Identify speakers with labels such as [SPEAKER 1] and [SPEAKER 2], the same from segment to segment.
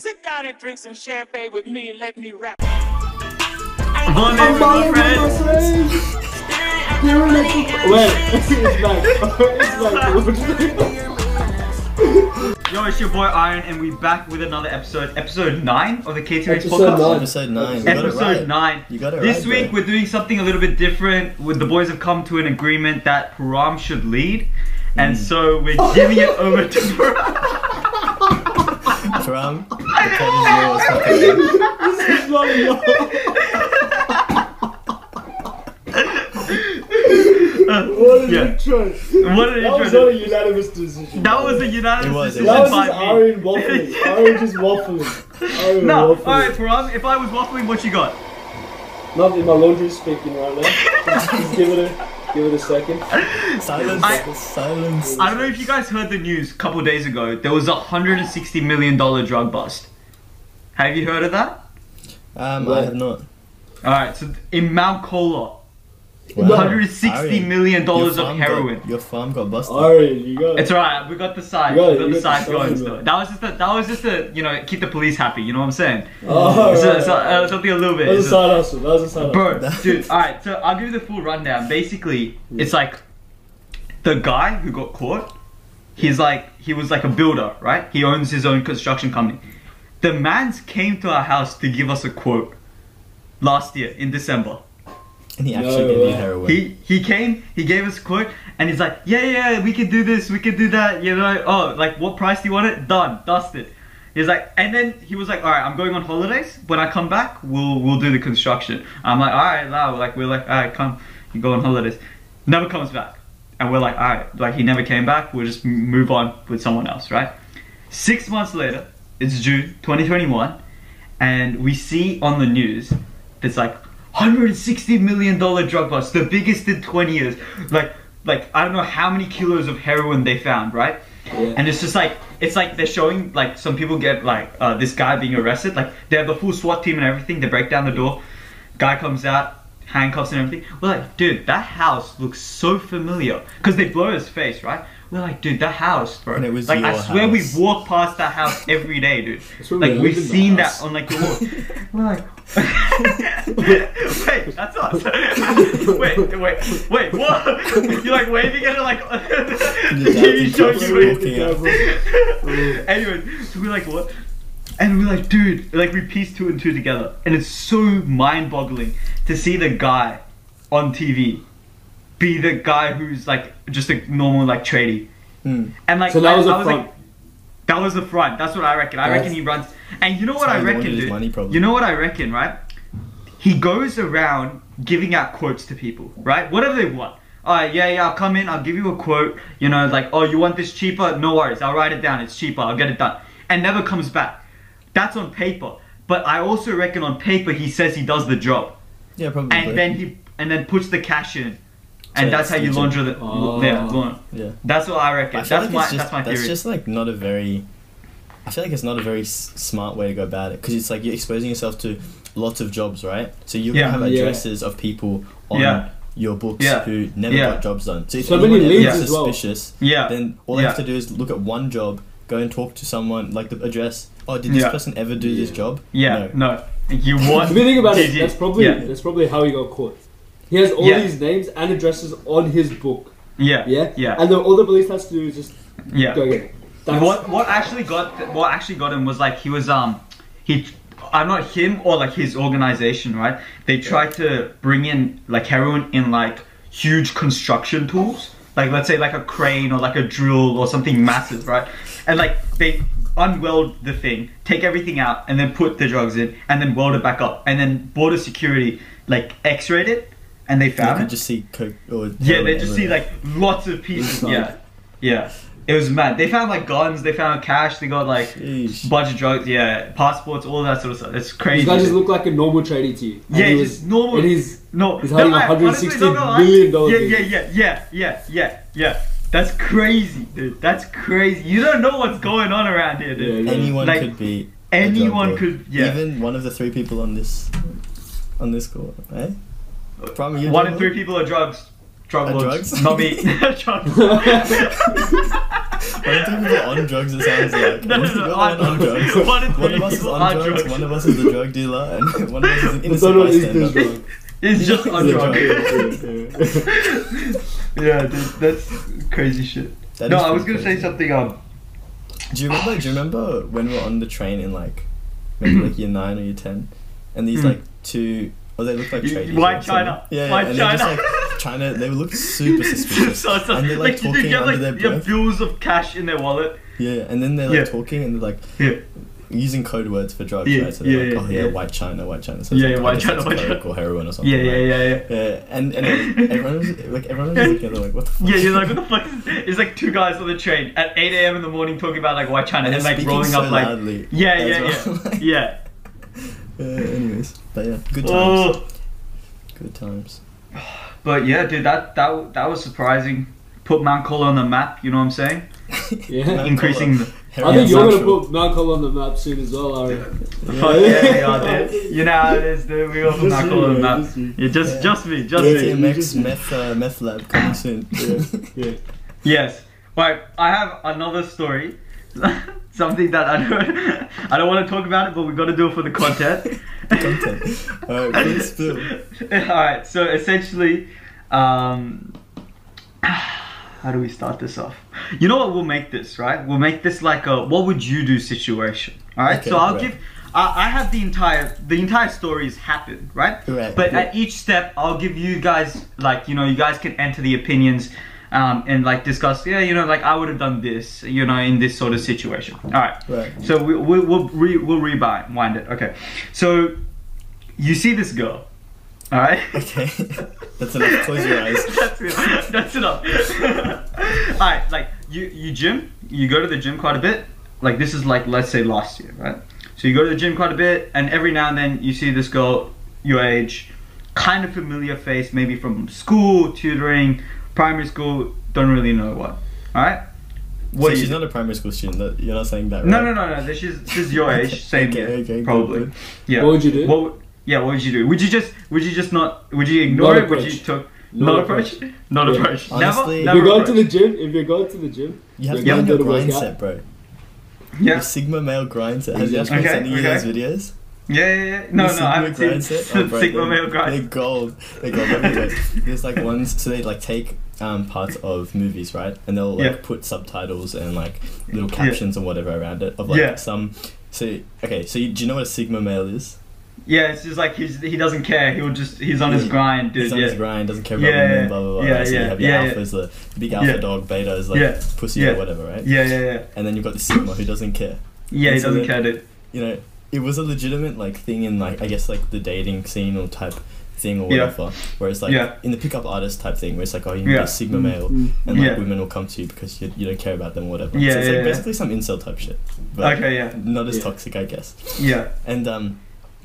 [SPEAKER 1] Sit down and drink some champagne with me and let me rap.
[SPEAKER 2] I'm
[SPEAKER 3] Honey, my
[SPEAKER 2] balling with my
[SPEAKER 3] friend.
[SPEAKER 2] friends. You're my people. Well, it's back. it's back.
[SPEAKER 3] Yo, it's your boy Iron, and we back with another episode, episode nine of the K2H
[SPEAKER 2] Episode
[SPEAKER 3] podcast.
[SPEAKER 2] nine.
[SPEAKER 4] Episode nine. You got it
[SPEAKER 3] Episode
[SPEAKER 4] right.
[SPEAKER 3] nine.
[SPEAKER 4] You got it
[SPEAKER 3] This
[SPEAKER 4] right,
[SPEAKER 3] week
[SPEAKER 4] bro.
[SPEAKER 3] we're doing something a little bit different. With the boys have come to an agreement that Param should lead, and
[SPEAKER 4] Mm.
[SPEAKER 3] so we're giving it over to Param.
[SPEAKER 4] From the cut is yours.
[SPEAKER 2] this is not enough. What an
[SPEAKER 3] Yeah.
[SPEAKER 2] intro.
[SPEAKER 3] What an
[SPEAKER 2] That was
[SPEAKER 3] intro!
[SPEAKER 2] not a unanimous decision.
[SPEAKER 3] that was a unanimous
[SPEAKER 4] It was, it
[SPEAKER 3] decision
[SPEAKER 2] That was
[SPEAKER 3] by
[SPEAKER 2] just
[SPEAKER 3] me.
[SPEAKER 2] Aaron waffling. Aaron just waffling. Aaron
[SPEAKER 3] No,
[SPEAKER 2] waffling.
[SPEAKER 3] alright, Param. If I was waffling, what you got?
[SPEAKER 2] Nothing. My laundry's speaking right now. Just, just give it a, give it a second.
[SPEAKER 4] Silence.
[SPEAKER 3] I-
[SPEAKER 4] silence.
[SPEAKER 3] I don't know if you guys heard the news a couple days ago. There was a hundred and sixty million dollar drug bust. Have you heard of that?
[SPEAKER 4] Um,
[SPEAKER 2] What?
[SPEAKER 4] I have not.
[SPEAKER 3] All right, so in Mount Cola,
[SPEAKER 4] Wow.
[SPEAKER 3] 160
[SPEAKER 4] Aaron,
[SPEAKER 3] million
[SPEAKER 4] your
[SPEAKER 3] dollars of
[SPEAKER 4] farm
[SPEAKER 3] heroin.
[SPEAKER 4] Got, your farm got busted.
[SPEAKER 2] Aaron, you got
[SPEAKER 3] It's
[SPEAKER 2] it.
[SPEAKER 3] alright, we got the side,
[SPEAKER 2] You got it,
[SPEAKER 3] we got
[SPEAKER 2] you
[SPEAKER 3] the
[SPEAKER 2] got
[SPEAKER 3] side
[SPEAKER 2] the
[SPEAKER 3] going
[SPEAKER 2] side,
[SPEAKER 3] still.
[SPEAKER 2] man.
[SPEAKER 3] That was just a, that was just a, you know, keep the police happy. You know what I'm saying?
[SPEAKER 2] Oh,
[SPEAKER 3] It's a-
[SPEAKER 2] right,
[SPEAKER 3] it's a-
[SPEAKER 2] right,
[SPEAKER 3] uh,
[SPEAKER 2] right.
[SPEAKER 3] something a little bit.
[SPEAKER 2] That was a
[SPEAKER 3] it's a-
[SPEAKER 2] side hustle. That was a side hustle.
[SPEAKER 3] Bro, dude, alright, so I'll give you the full rundown. Basically, it's like the guy who got caught, he's like, he was like a builder, right? He owns his own construction company. The man's came to our house to give us a quote last year in December.
[SPEAKER 4] And he
[SPEAKER 2] No
[SPEAKER 4] actually gave
[SPEAKER 2] way.
[SPEAKER 4] you heroin.
[SPEAKER 3] He he came, he gave us a quote, and he's like, yeah, yeah, we can do this, we can do that, you know. Oh, like what price do you want it? Done, dusted. He's like, and then he was like, all right, I'm going on holidays. When I come back, we'll we'll do the construction. I'm like, all right, now, like we're like, all right, come, you go on holidays. Never comes back, and we're like, all right, like he never came back. We'll just m- move on with someone else, right? Six months later, it's June 2021, and we see on the news that's like 160 million dollar drug bust, the biggest in 20 years. Like, like I don't know how many kilos of heroin they found, right? And it's just like it's like they're showing like some people get like uh, this guy being arrested. Like they have the full SWAT team and everything. They break down the door. Guy comes out, handcuffs and everything. We're like, dude, that house looks so familiar because they blur his face, right? We're like, dude, that house, bro.
[SPEAKER 4] And it was
[SPEAKER 3] like I
[SPEAKER 4] your
[SPEAKER 3] swear
[SPEAKER 4] house.
[SPEAKER 3] we walk past that house every day, dude.
[SPEAKER 2] where we
[SPEAKER 3] like we've
[SPEAKER 2] live in the
[SPEAKER 3] seen that
[SPEAKER 2] house.
[SPEAKER 3] on like the wall. We're like, wait, that's us. wait, wait, wait, what? You're like waving at it like you
[SPEAKER 4] dad's
[SPEAKER 3] show
[SPEAKER 4] just
[SPEAKER 3] you
[SPEAKER 4] walking
[SPEAKER 3] waving.
[SPEAKER 4] out.
[SPEAKER 3] anyway, so we're like, what? And we're like, dude, like we piece two and two together, and it's so mind-boggling to see the guy on TV be the guy who's like just a normal like tradie,
[SPEAKER 4] Hmm.
[SPEAKER 3] and like
[SPEAKER 2] So that
[SPEAKER 3] I,
[SPEAKER 2] was
[SPEAKER 3] I
[SPEAKER 2] a
[SPEAKER 3] was
[SPEAKER 2] front.
[SPEAKER 3] like, that was the front. That's what I reckon. I
[SPEAKER 2] That's-
[SPEAKER 3] reckon he runs. And you know what
[SPEAKER 4] That's
[SPEAKER 3] I
[SPEAKER 4] how he laundered
[SPEAKER 3] reckon,
[SPEAKER 4] his
[SPEAKER 3] dude?
[SPEAKER 4] money, probably.
[SPEAKER 3] You know what I reckon, right? He goes around giving out quotes to people, right? Whatever they want. All right, yeah, yeah, I'll come in, I'll give you a quote. You know, like, oh, you want this cheaper? No worries, I'll write it down. It's cheaper, I'll get it done. And never comes back. That's on paper. But I also reckon on paper he says he does the job,
[SPEAKER 4] Yeah, probably.
[SPEAKER 3] and then he and then puts the cash in, and
[SPEAKER 4] So
[SPEAKER 3] that's how you
[SPEAKER 4] it's
[SPEAKER 3] launder the
[SPEAKER 2] Oh.
[SPEAKER 3] yeah, laun-
[SPEAKER 4] Yeah.
[SPEAKER 3] That's what I reckon.
[SPEAKER 4] I
[SPEAKER 3] That's
[SPEAKER 4] feel like
[SPEAKER 3] my
[SPEAKER 4] it's just,
[SPEAKER 3] that's my theory.
[SPEAKER 4] That's just like not a very. I feel like it's not a very s- smart way to go about it because it's like you're exposing yourself to lots of jobs, right? So you're
[SPEAKER 3] Yeah.
[SPEAKER 4] gonna have
[SPEAKER 2] Yeah.
[SPEAKER 4] addresses of people on
[SPEAKER 3] Yeah.
[SPEAKER 4] your books
[SPEAKER 3] Yeah.
[SPEAKER 4] who never
[SPEAKER 3] Yeah.
[SPEAKER 4] got jobs done. So if
[SPEAKER 2] So many
[SPEAKER 4] anyone ever
[SPEAKER 2] leads
[SPEAKER 4] is
[SPEAKER 2] as well.
[SPEAKER 4] suspicious,
[SPEAKER 3] Yeah.
[SPEAKER 4] then all they
[SPEAKER 3] Yeah.
[SPEAKER 4] have to do is look at one job, go and talk to someone like the address. Oh, did this
[SPEAKER 3] Yeah.
[SPEAKER 4] person ever do this job?
[SPEAKER 3] Yeah,
[SPEAKER 4] No.
[SPEAKER 3] no. You want.
[SPEAKER 2] If you think about it,
[SPEAKER 3] GG.
[SPEAKER 2] that's probably
[SPEAKER 3] Yeah,
[SPEAKER 2] that's probably how he got caught. He has all
[SPEAKER 3] Yeah.
[SPEAKER 2] these names and addresses on his book.
[SPEAKER 3] yeah,
[SPEAKER 2] Yeah,
[SPEAKER 3] yeah.
[SPEAKER 2] And the, all the police has to do is just
[SPEAKER 3] yeah.
[SPEAKER 2] go get. it. That's,
[SPEAKER 3] What what actually got what actually got him was like he was um he I'm not him or like his organization right they tried to bring in like heroin in like huge construction tools like let's say like a crane or like a drill or something massive right and like they unweld the thing take everything out and then put the drugs in and then weld it back up and then border security like x-rayed it and they
[SPEAKER 4] You
[SPEAKER 3] found
[SPEAKER 4] could
[SPEAKER 3] it
[SPEAKER 4] just see coke or
[SPEAKER 3] Yeah,
[SPEAKER 4] heroin
[SPEAKER 3] they just see
[SPEAKER 4] everywhere.
[SPEAKER 3] like lots of pieces.
[SPEAKER 2] Inside.
[SPEAKER 3] Yeah, yeah. It was mad. They found like guns. They found cash. They got like
[SPEAKER 4] Sheesh.
[SPEAKER 3] bunch of drugs. Yeah, passports, all that sort of stuff. It's
[SPEAKER 2] These
[SPEAKER 3] crazy.
[SPEAKER 2] guys just look like a normal tradie to you. And
[SPEAKER 3] yeah,
[SPEAKER 2] he
[SPEAKER 3] it's
[SPEAKER 2] was-
[SPEAKER 3] just normal.
[SPEAKER 2] And he's
[SPEAKER 3] no,
[SPEAKER 2] he's
[SPEAKER 3] no,
[SPEAKER 2] hiding
[SPEAKER 3] I- honestly,
[SPEAKER 2] 160
[SPEAKER 3] not gonna lie.
[SPEAKER 2] million dollar
[SPEAKER 3] Yeah,
[SPEAKER 2] thing.
[SPEAKER 3] yeah, yeah, yeah, yeah, yeah, yeah. That's crazy, dude. That's crazy. You don't know what's going on around here, dude.
[SPEAKER 2] Yeah, yeah.
[SPEAKER 4] anyone
[SPEAKER 3] Like,
[SPEAKER 4] could be a drug
[SPEAKER 3] Anyone
[SPEAKER 4] lord.
[SPEAKER 3] could. Yeah.
[SPEAKER 4] Even one of the three people on this on this call, eh? Prime, you
[SPEAKER 3] One in
[SPEAKER 4] drug
[SPEAKER 3] three
[SPEAKER 4] lord?
[SPEAKER 3] people are drugs. Drug
[SPEAKER 4] Are
[SPEAKER 3] lords.
[SPEAKER 4] drugs?
[SPEAKER 3] Not me. Drug lords.
[SPEAKER 4] When two people are on drugs, it sounds like
[SPEAKER 3] No, no,
[SPEAKER 4] we're
[SPEAKER 3] no,
[SPEAKER 4] the
[SPEAKER 3] I'm
[SPEAKER 4] one on
[SPEAKER 3] not. One
[SPEAKER 4] drugs.
[SPEAKER 3] of
[SPEAKER 4] One of us
[SPEAKER 3] these
[SPEAKER 4] is on
[SPEAKER 3] are
[SPEAKER 4] drugs,
[SPEAKER 3] drugs.
[SPEAKER 4] One of us is the drug dealer, and one of us is an
[SPEAKER 2] But
[SPEAKER 4] innocent
[SPEAKER 2] Donald is this
[SPEAKER 4] bystander.
[SPEAKER 2] drug.
[SPEAKER 3] It's just on drug.
[SPEAKER 4] Yeah.
[SPEAKER 2] Yeah, yeah, yeah.
[SPEAKER 3] Yeah, dude, that's crazy shit.
[SPEAKER 4] That
[SPEAKER 3] no,
[SPEAKER 4] is
[SPEAKER 3] I was gonna say
[SPEAKER 4] pretty crazy.
[SPEAKER 3] something. Um,
[SPEAKER 4] Do you remember? Do you remember when we were on the train in like maybe like year nine or year ten, and these
[SPEAKER 3] Hmm.
[SPEAKER 4] like two oh they looked like
[SPEAKER 3] You-
[SPEAKER 4] tradies.
[SPEAKER 3] white
[SPEAKER 4] or something.
[SPEAKER 3] China.
[SPEAKER 4] Yeah, yeah,
[SPEAKER 3] White
[SPEAKER 4] and they're
[SPEAKER 3] China.
[SPEAKER 4] just like China. They looked super suspicious.
[SPEAKER 3] so, so,
[SPEAKER 4] and they're like,
[SPEAKER 3] you,
[SPEAKER 4] talking
[SPEAKER 3] did, you have
[SPEAKER 4] under
[SPEAKER 3] like
[SPEAKER 4] their
[SPEAKER 3] you have
[SPEAKER 4] breath.
[SPEAKER 3] bills of cash in their wallet.
[SPEAKER 4] yeah, and then they're like
[SPEAKER 3] Yeah.
[SPEAKER 4] talking and they're like
[SPEAKER 3] Yeah,
[SPEAKER 4] using code words for drugs.
[SPEAKER 3] Yeah,
[SPEAKER 4] right? So they're
[SPEAKER 3] yeah,
[SPEAKER 4] like, oh
[SPEAKER 3] yeah,
[SPEAKER 4] yeah,
[SPEAKER 3] yeah.
[SPEAKER 4] white China, white China. So "Oh,
[SPEAKER 3] Yeah, yeah, white China, white China.
[SPEAKER 4] Or heroin or something.
[SPEAKER 3] yeah, yeah,
[SPEAKER 4] right?
[SPEAKER 3] yeah, yeah.
[SPEAKER 4] Yeah, and, and everyone was like, everyone was looking at them like, what the fuck?
[SPEAKER 3] Yeah, you're like, what the fuck? is- It's like two guys on the train at 8 a.m. in the morning talking about like white China and,
[SPEAKER 4] And
[SPEAKER 3] like
[SPEAKER 4] speaking
[SPEAKER 3] rolling
[SPEAKER 4] so
[SPEAKER 3] up like,
[SPEAKER 4] loudly
[SPEAKER 3] yeah,
[SPEAKER 4] as
[SPEAKER 3] yeah,
[SPEAKER 4] well.
[SPEAKER 3] yeah, yeah.
[SPEAKER 4] Uh, anyways, but yeah, good times.
[SPEAKER 3] Oh,
[SPEAKER 4] Good times.
[SPEAKER 3] but yeah, dude, that that that was surprising. Put Mount Cola on the map. You know what I'm saying?
[SPEAKER 2] Yeah.
[SPEAKER 3] Increasing the
[SPEAKER 2] I think
[SPEAKER 4] Heroin's
[SPEAKER 2] you're gonna
[SPEAKER 4] natural.
[SPEAKER 2] put Mount Cole on the map soon as well, Aaron.
[SPEAKER 3] fuck Oh, yeah, we are, dude. You know how it is, dude. We all put
[SPEAKER 2] Just
[SPEAKER 3] Mount Cola on the
[SPEAKER 2] you,
[SPEAKER 3] map.
[SPEAKER 2] just you.
[SPEAKER 3] Yeah, just
[SPEAKER 4] Yeah.
[SPEAKER 3] just me, just me.
[SPEAKER 4] ATMX meth uh, meth lab coming soon.
[SPEAKER 2] Yeah.
[SPEAKER 3] Yes. Right. I have another story. Something that I don't, I don't want to talk about it, but we've got to do it for the content.
[SPEAKER 4] Content. Alright, please spill.
[SPEAKER 3] All right. So essentially, um, how do we start this off? You know what? We'll make this right. We'll make this like a "what would you do" situation. All right.
[SPEAKER 4] Okay,
[SPEAKER 3] so I'll
[SPEAKER 4] right.
[SPEAKER 3] give. I I have the entire the entire stories happen, right?
[SPEAKER 4] Right,
[SPEAKER 3] But
[SPEAKER 4] yeah.
[SPEAKER 3] at each step, I'll give you guys like you know you guys can enter the opinions, um, and like discuss. Yeah, you know, like I would have done this, you know, in this sort of situation. All right.
[SPEAKER 4] Right.
[SPEAKER 3] So we, we, we'll re, we'll rewind it. Okay. So you see this girl, all right?
[SPEAKER 4] Okay. That's enough. Close your eyes.
[SPEAKER 3] that's enough. That's enough. all right, like you you gym, you go to the gym quite a bit. Like this is like let's say last year, right? So you go to the gym quite a bit, and every now and then you see this girl your age, kind of familiar face, maybe from school, tutoring, primary school. Don't really know what. All right. do
[SPEAKER 4] What? So
[SPEAKER 3] you
[SPEAKER 4] she's
[SPEAKER 3] do?
[SPEAKER 4] not a primary school student. That, you're not saying that, right?
[SPEAKER 3] No, no, no, no. This is this is your
[SPEAKER 4] Okay,
[SPEAKER 3] age, same
[SPEAKER 4] okay,
[SPEAKER 3] year,
[SPEAKER 4] okay, good,
[SPEAKER 3] probably.
[SPEAKER 4] good.
[SPEAKER 3] Yeah.
[SPEAKER 2] What would you do?
[SPEAKER 3] What would- yeah, what would you do? Would you just? Would you just not? Would you ignore
[SPEAKER 2] Not
[SPEAKER 3] it? Would
[SPEAKER 2] approach.
[SPEAKER 3] you talk?
[SPEAKER 2] Not
[SPEAKER 3] Not
[SPEAKER 2] approach.
[SPEAKER 3] approach. Not
[SPEAKER 2] Yeah.
[SPEAKER 3] approach.
[SPEAKER 4] Honestly-
[SPEAKER 3] never.
[SPEAKER 2] If
[SPEAKER 3] Never.
[SPEAKER 2] you're going to
[SPEAKER 3] approach.
[SPEAKER 2] the gym, if you're going to the gym,
[SPEAKER 4] You have to
[SPEAKER 2] Yeah,
[SPEAKER 4] learn
[SPEAKER 2] go
[SPEAKER 4] your
[SPEAKER 2] to
[SPEAKER 4] grind
[SPEAKER 2] workout.
[SPEAKER 4] set, bro.
[SPEAKER 3] yeah.
[SPEAKER 4] Your Sigma male grind set. Has Yash been
[SPEAKER 3] Okay,
[SPEAKER 4] sending you
[SPEAKER 3] okay.
[SPEAKER 4] those videos?
[SPEAKER 3] yeah, yeah, yeah. No,
[SPEAKER 4] Your
[SPEAKER 3] no. I haven't
[SPEAKER 4] Sigma
[SPEAKER 3] seen
[SPEAKER 4] grind set? Oh, bro,
[SPEAKER 3] Sigma
[SPEAKER 4] they're-
[SPEAKER 3] male
[SPEAKER 4] They're
[SPEAKER 3] grind.
[SPEAKER 4] gold. They're gold. Let me do it. There's like ones, so they like take um, parts of movies, right? And they'll like
[SPEAKER 3] Yeah.
[SPEAKER 4] put subtitles and like little captions and whatever around it of like
[SPEAKER 3] Yeah.
[SPEAKER 4] some. So okay, so you, do you know what a Sigma male is?
[SPEAKER 3] Yeah, it's just like he's he doesn't care. He'll just he's on his
[SPEAKER 4] Yeah.
[SPEAKER 3] grind, dude.
[SPEAKER 4] He's on
[SPEAKER 3] yeah.
[SPEAKER 4] his grind, doesn't care about
[SPEAKER 3] Yeah,
[SPEAKER 4] women, blah blah blah.
[SPEAKER 3] yeah,
[SPEAKER 4] so you
[SPEAKER 3] yeah,
[SPEAKER 4] have your
[SPEAKER 3] yeah, yeah.
[SPEAKER 4] alphas, the big alpha
[SPEAKER 3] Yeah.
[SPEAKER 4] dog, beta is like
[SPEAKER 3] Yeah.
[SPEAKER 4] pussy
[SPEAKER 3] Yeah.
[SPEAKER 4] or whatever, right?
[SPEAKER 3] yeah, yeah, yeah.
[SPEAKER 4] And then you've got the Sigma who doesn't care.
[SPEAKER 3] Yeah, he
[SPEAKER 4] And so
[SPEAKER 3] doesn't
[SPEAKER 4] then-
[SPEAKER 3] care, dude.
[SPEAKER 4] you know, it was a legitimate like thing in like I guess like the dating scene or type thing or
[SPEAKER 3] Yeah.
[SPEAKER 4] whatever. Where it's like
[SPEAKER 3] Yeah.
[SPEAKER 4] in the pickup artist type thing, where it's like oh you need
[SPEAKER 3] Yeah.
[SPEAKER 4] a sigma male, and like
[SPEAKER 3] Yeah.
[SPEAKER 4] women will come to you because you, you don't care about them or whatever.
[SPEAKER 3] Yeah,
[SPEAKER 4] so it's
[SPEAKER 3] yeah,
[SPEAKER 4] like
[SPEAKER 3] yeah.
[SPEAKER 4] basically some incel type shit, but
[SPEAKER 3] Okay, yeah,
[SPEAKER 4] not as
[SPEAKER 2] Yeah.
[SPEAKER 4] toxic, I guess.
[SPEAKER 3] yeah.
[SPEAKER 4] And um,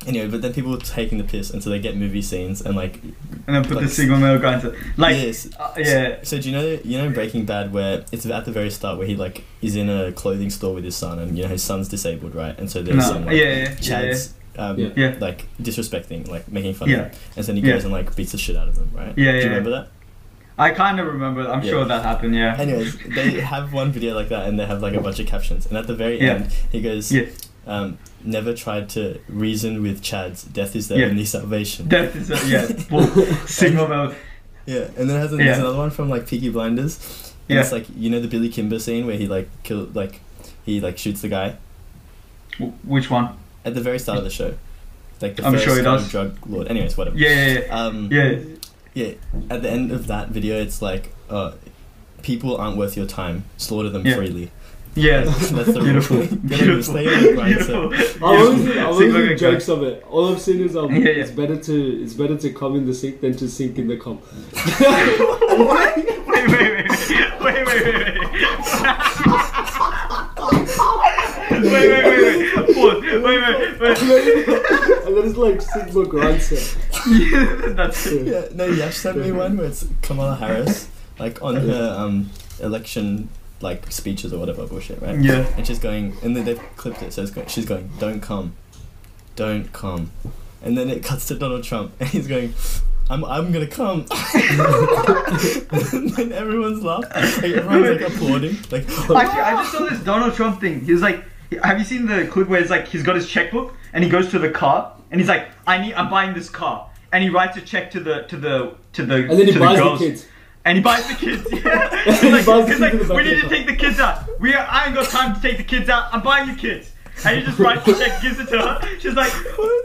[SPEAKER 4] anyway, but then people were taking the piss, and so they get movie scenes and like
[SPEAKER 3] And then put the
[SPEAKER 4] Like-
[SPEAKER 3] Sigma male grind. to- Like,
[SPEAKER 4] yes.
[SPEAKER 3] uh, yeah.
[SPEAKER 4] So do you know you know in Breaking Bad where it's at the very start where he like is in a clothing store with his son and you know his son's disabled right and so there's
[SPEAKER 3] No,
[SPEAKER 4] some
[SPEAKER 3] yeah,
[SPEAKER 4] like,
[SPEAKER 3] yeah, yeah, yeah.
[SPEAKER 4] Chad's um,
[SPEAKER 2] Yeah.
[SPEAKER 3] Yeah.
[SPEAKER 4] like disrespecting, like making fun
[SPEAKER 3] Yeah.
[SPEAKER 4] of him, and so then he
[SPEAKER 3] Yeah.
[SPEAKER 4] goes and like beats the shit out of them, right?
[SPEAKER 3] Yeah,
[SPEAKER 4] Do you
[SPEAKER 3] yeah,
[SPEAKER 4] remember that?
[SPEAKER 3] I kind of remember. I'm
[SPEAKER 4] Yeah.
[SPEAKER 3] sure that happened. Yeah.
[SPEAKER 4] Anyways, they have one video like that, and they have like a bunch of captions, and at the very
[SPEAKER 3] Yeah.
[SPEAKER 4] end, he goes,
[SPEAKER 3] Yeah.
[SPEAKER 4] um, "Never tried to reason with Chad's. Death is their
[SPEAKER 3] Yeah.
[SPEAKER 4] only salvation."
[SPEAKER 3] Death is a, yeah, well, single male.
[SPEAKER 4] Yeah, and then it has a,
[SPEAKER 3] Yeah.
[SPEAKER 4] there's another one from like Peaky Blinders. And
[SPEAKER 3] Yeah.
[SPEAKER 4] it's like you know the Billy Kimber scene where he like kill like he like shoots the guy
[SPEAKER 3] W- Which one?
[SPEAKER 4] at the very start of the show, like the
[SPEAKER 3] I'm
[SPEAKER 4] first
[SPEAKER 3] sure he
[SPEAKER 4] kind
[SPEAKER 3] does.
[SPEAKER 4] of drug lord. Anyways, whatever.
[SPEAKER 3] Yeah, yeah, yeah.
[SPEAKER 4] Um,
[SPEAKER 3] Yeah,
[SPEAKER 4] Yeah, at the end of that video, it's like, uh, people aren't worth your time. Slaughter them
[SPEAKER 3] Yeah.
[SPEAKER 4] freely.
[SPEAKER 3] yeah.
[SPEAKER 4] That's the
[SPEAKER 3] Beautiful,
[SPEAKER 4] rule. Gotta
[SPEAKER 3] beautiful,
[SPEAKER 4] stay on the grind,
[SPEAKER 3] beautiful.
[SPEAKER 2] I
[SPEAKER 4] so-
[SPEAKER 2] always, I
[SPEAKER 3] Beautiful.
[SPEAKER 2] always
[SPEAKER 3] Sigma
[SPEAKER 2] hear
[SPEAKER 3] male
[SPEAKER 2] jokes of it. All I've seen is um,
[SPEAKER 3] Yeah, yeah.
[SPEAKER 2] it's better to it's better to come in the sink than to sink in the cum.
[SPEAKER 3] What? Wait, wait, wait, wait, wait, wait, wait, wait, wait, wait, wait, Pause. wait, wait, wait.
[SPEAKER 2] and then it's like Sigma grind set.
[SPEAKER 3] Yeah, That's it.
[SPEAKER 4] Yeah, no, Yash sent me one where it's Kamala Harris, like on her um election like speeches or whatever bullshit, right?
[SPEAKER 3] Yeah.
[SPEAKER 4] And she's going, and then they've clipped it, so it's going, she's going, don't come, don't come, and then it cuts to Donald Trump, and he's going, I'm, I'm gonna come. and then everyone's laughing. Like, everyone's like applauding. Like, oh,
[SPEAKER 3] Actually, I just saw this Donald Trump thing. He was like, have you seen the clip where it's like he's got his checkbook and he goes to the car and he's like, I need, I'm buying this car, and he writes a check to the to the to the
[SPEAKER 2] And then
[SPEAKER 3] to
[SPEAKER 2] he
[SPEAKER 3] the
[SPEAKER 2] buys the
[SPEAKER 3] girls.
[SPEAKER 2] kids.
[SPEAKER 3] And he buys the kids. Yeah.
[SPEAKER 2] He
[SPEAKER 3] he's like,
[SPEAKER 2] buys the
[SPEAKER 3] he's
[SPEAKER 2] kids
[SPEAKER 3] like,
[SPEAKER 2] in the
[SPEAKER 3] we
[SPEAKER 2] back
[SPEAKER 3] need
[SPEAKER 2] of
[SPEAKER 3] to
[SPEAKER 2] the
[SPEAKER 3] take the kids out. We are, I ain't got time to take the kids out. I'm buying you kids. And he just writes the check, gives it to her. She's like,